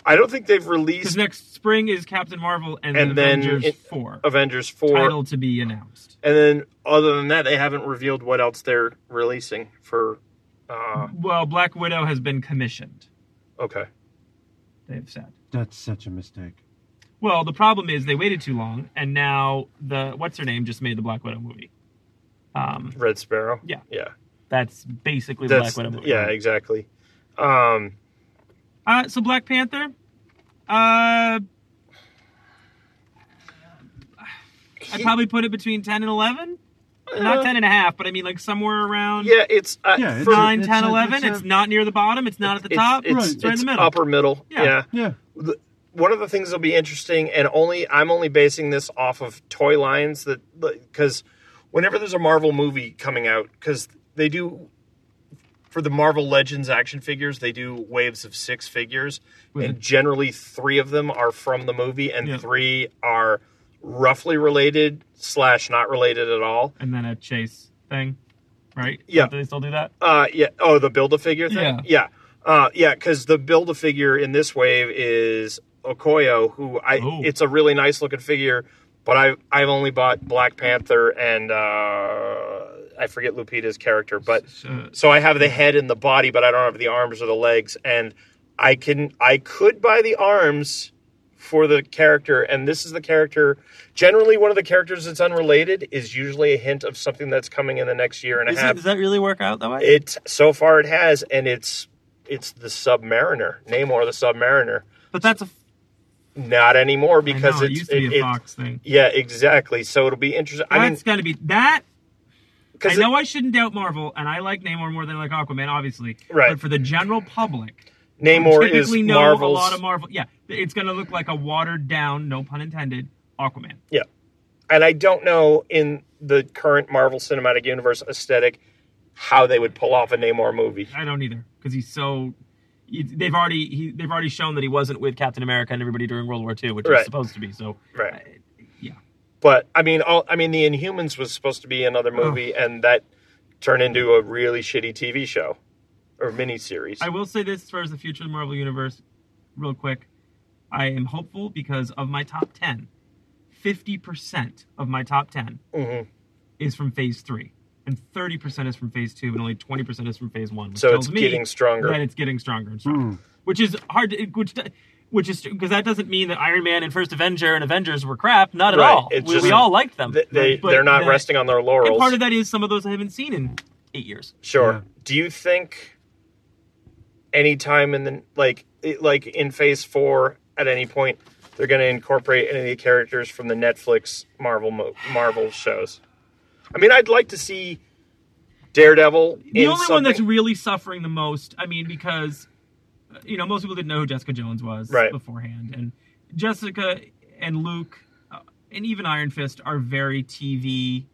Speaker 2: I don't think they've
Speaker 4: Because
Speaker 2: released
Speaker 4: next spring is Captain Marvel and,
Speaker 2: And then
Speaker 4: Avengers
Speaker 2: it-
Speaker 4: four
Speaker 2: Avengers four,
Speaker 4: title to be announced.
Speaker 2: and then other than that, they haven't revealed what else they're releasing for. Uh,
Speaker 4: Well, Black Widow has been commissioned.
Speaker 2: okay,
Speaker 4: They've said.
Speaker 3: That's such a mistake.
Speaker 4: Well, the problem is they waited too long, and now the what's her name just made the Black Widow movie. Um,
Speaker 2: Red Sparrow.
Speaker 4: Yeah.
Speaker 2: yeah,
Speaker 4: that's basically Black Widow movie.
Speaker 2: yeah, exactly. Um,
Speaker 4: Uh, so Black Panther. Uh, I
Speaker 2: He-
Speaker 4: probably put it between 10 and 11.
Speaker 2: Uh,
Speaker 4: Not 10 and a half, but I mean like somewhere around
Speaker 2: yeah, it's uh,
Speaker 3: Yeah, it's
Speaker 2: for-
Speaker 3: not
Speaker 4: 9, 10,
Speaker 3: a-
Speaker 4: 11.
Speaker 3: it's
Speaker 4: It's,
Speaker 3: a-
Speaker 4: not near the bottom. It's not at the top.
Speaker 2: It's,
Speaker 3: Right.
Speaker 2: it's,
Speaker 4: It's right in
Speaker 2: it's
Speaker 4: the middle.
Speaker 2: upper middle. Yeah.
Speaker 4: Yeah.
Speaker 3: Yeah.
Speaker 2: The- One of the things that'll be interesting, and only I'm only basing this off of toy lines that because whenever there's a Marvel movie coming out, because they do for the Marvel Legends action figures, they do waves of six figures,
Speaker 4: With
Speaker 2: and
Speaker 4: it.
Speaker 2: generally three of them are from the movie, and
Speaker 4: Yeah.
Speaker 2: three are roughly related slash not related at all.
Speaker 4: And then a chase thing, right?
Speaker 2: Yeah.
Speaker 4: Do they still do that?
Speaker 2: Uh, yeah. Oh, the build a figure thing.
Speaker 4: Yeah.
Speaker 2: Yeah. Uh, yeah. Because the build a figure in this wave is Okoyo, who I.
Speaker 4: Oh.
Speaker 2: It's a really nice looking figure, But I've I've only bought Black Panther and uh, I forget Lupita's character, but
Speaker 4: So,
Speaker 2: so I have the head and the body, but I don't have the arms or the legs. And I can I could buy the arms for the character, and this is the character. Generally, one of the characters that's unrelated is usually a hint of something that's coming in the next year and a
Speaker 4: is it,
Speaker 2: half.
Speaker 4: does that really work out that way?
Speaker 2: It's so far it has, and it's it's the Submariner, Namor the Submariner.
Speaker 4: but that's a
Speaker 2: Not anymore because
Speaker 4: I know, it
Speaker 2: it's
Speaker 4: used to be
Speaker 2: it-
Speaker 4: a
Speaker 2: it-
Speaker 4: Fox thing.
Speaker 2: yeah, exactly. So it'll be interesting. I mean,
Speaker 4: That's got to be that. I
Speaker 2: because
Speaker 4: know I shouldn't doubt Marvel, and I like Namor more than I like Aquaman, obviously.
Speaker 2: Right.
Speaker 4: But for the general public,
Speaker 2: Namor is
Speaker 4: typically know a
Speaker 2: Marvel's.
Speaker 4: lot of Marvel. Yeah, it's going to look like a watered down, no pun intended, Aquaman.
Speaker 2: Yeah. And I don't know in the current Marvel Cinematic Universe aesthetic how they would pull off a Namor movie.
Speaker 4: I don't either because he's so. he- They've already he, they've already shown that he wasn't with Captain America and everybody during World War II, which
Speaker 2: Right.
Speaker 4: was supposed to be. So,
Speaker 2: Right.
Speaker 4: I- yeah,
Speaker 2: But I mean, all, I mean, The Inhumans was supposed to be another movie, and that turned into a really shitty TV show or miniseries.
Speaker 4: I will say this as far as the future of the Marvel Universe, real quick. I am hopeful because of my top 10. 50% of my top 10
Speaker 2: Mhm.
Speaker 4: is from phase three, and 30% is from phase two, and only 20% is from phase one. Which
Speaker 2: So
Speaker 4: tells
Speaker 2: it's
Speaker 4: me
Speaker 2: getting stronger.
Speaker 4: That it's getting stronger and
Speaker 3: Hmm.
Speaker 4: stronger. Which is hard to, which, which is, because that doesn't mean that Iron Man and First Avenger and Avengers were crap. Not at
Speaker 2: Right.
Speaker 4: all.
Speaker 2: It's
Speaker 4: we,
Speaker 2: just-
Speaker 4: we all liked them.
Speaker 2: They, they
Speaker 4: But
Speaker 2: they're not
Speaker 4: that-
Speaker 2: resting on their
Speaker 4: And
Speaker 2: laurels.
Speaker 4: part of that is some of those I haven't seen in eight years.
Speaker 2: Sure.
Speaker 3: Yeah.
Speaker 2: Do you think any time in the like it- like in Phase Four at any point they're going to incorporate any of the characters from the Netflix Marvel mo- Marvel shows? I mean, I'd like to see Daredevil.
Speaker 4: the
Speaker 2: in
Speaker 4: only one that's
Speaker 2: something-
Speaker 4: really suffering the most i mean because uh, you know most people didn't know who jessica jones was
Speaker 2: Right.
Speaker 4: beforehand and jessica and luke uh, and even iron fist are very tv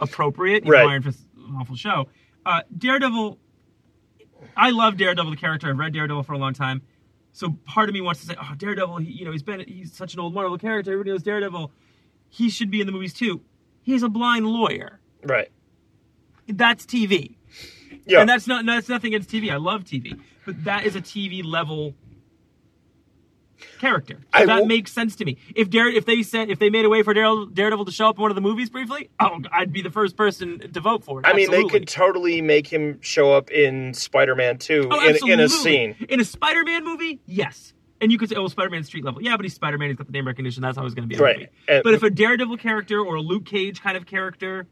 Speaker 4: appropriate even
Speaker 2: Right.
Speaker 4: though iron fist is an awful show uh, daredevil i love daredevil the character i've read daredevil for a long time so part of me wants to say oh daredevil he, you know he's been he's such an old marvel character everybody knows daredevil he should be in the movies too he's a blind lawyer
Speaker 2: right.
Speaker 4: that's tv
Speaker 2: Yeah,
Speaker 4: and that's not no, that's nothing against TV. I love TV, but that is a TV level character. So
Speaker 2: I
Speaker 4: that
Speaker 2: will-
Speaker 4: makes sense to me. If Dare, if they said if they made a way for Daredevil, Daredevil to show up in one of the movies briefly, oh, I'd be the first person to vote for it.
Speaker 2: I mean, they
Speaker 4: Absolutely.
Speaker 2: could totally make him show up in Spider-Man Two
Speaker 4: Oh,
Speaker 2: in, in
Speaker 4: absolutely.
Speaker 2: a scene.
Speaker 4: in a Spider-Man movie. Yes. And you could say, "Oh, well, Spider-Man's street level." Yeah, but he's Spider-Man. He's got the name recognition. That's how he's going to be. in the
Speaker 2: Right.
Speaker 4: movie.
Speaker 2: And-
Speaker 4: but if a Daredevil character or a Luke Cage kind of character,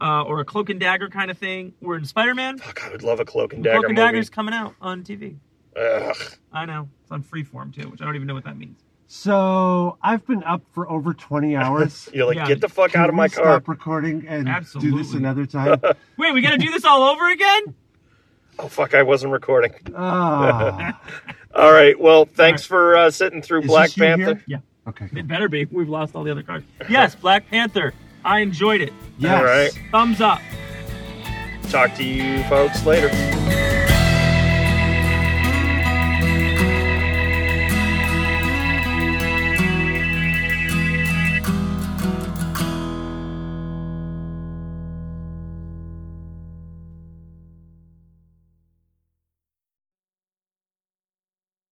Speaker 4: uh, or a Cloak and Dagger kind of thing, were in Spider-Man,
Speaker 2: Fuck, I would love a Cloak and
Speaker 4: Cloak
Speaker 2: Dagger
Speaker 4: and
Speaker 2: movie.
Speaker 4: Dagger's coming out on TV.
Speaker 2: Ugh.
Speaker 4: I know. It's on freeform too, which I don't even know what that means.
Speaker 3: So I've been up for over 20 hours.
Speaker 2: You're like,
Speaker 4: Yeah.
Speaker 2: get the fuck
Speaker 3: Can
Speaker 2: out of
Speaker 3: we
Speaker 2: my car.
Speaker 3: Stop recording and do this
Speaker 4: Absolutely.
Speaker 3: another time.
Speaker 4: Wait, we gotta do this all over again?
Speaker 2: Oh fuck, I wasn't recording.
Speaker 3: Ah.
Speaker 2: All right. Well, thanks for uh, sitting through
Speaker 3: Is
Speaker 2: Black
Speaker 3: this you
Speaker 2: Panther.
Speaker 3: here? Okay.
Speaker 4: It better be. We've lost all the other cards. Yes, Black Panther. I enjoyed it.
Speaker 3: Yes.
Speaker 2: All right.
Speaker 4: Thumbs up.
Speaker 2: Talk to you folks later.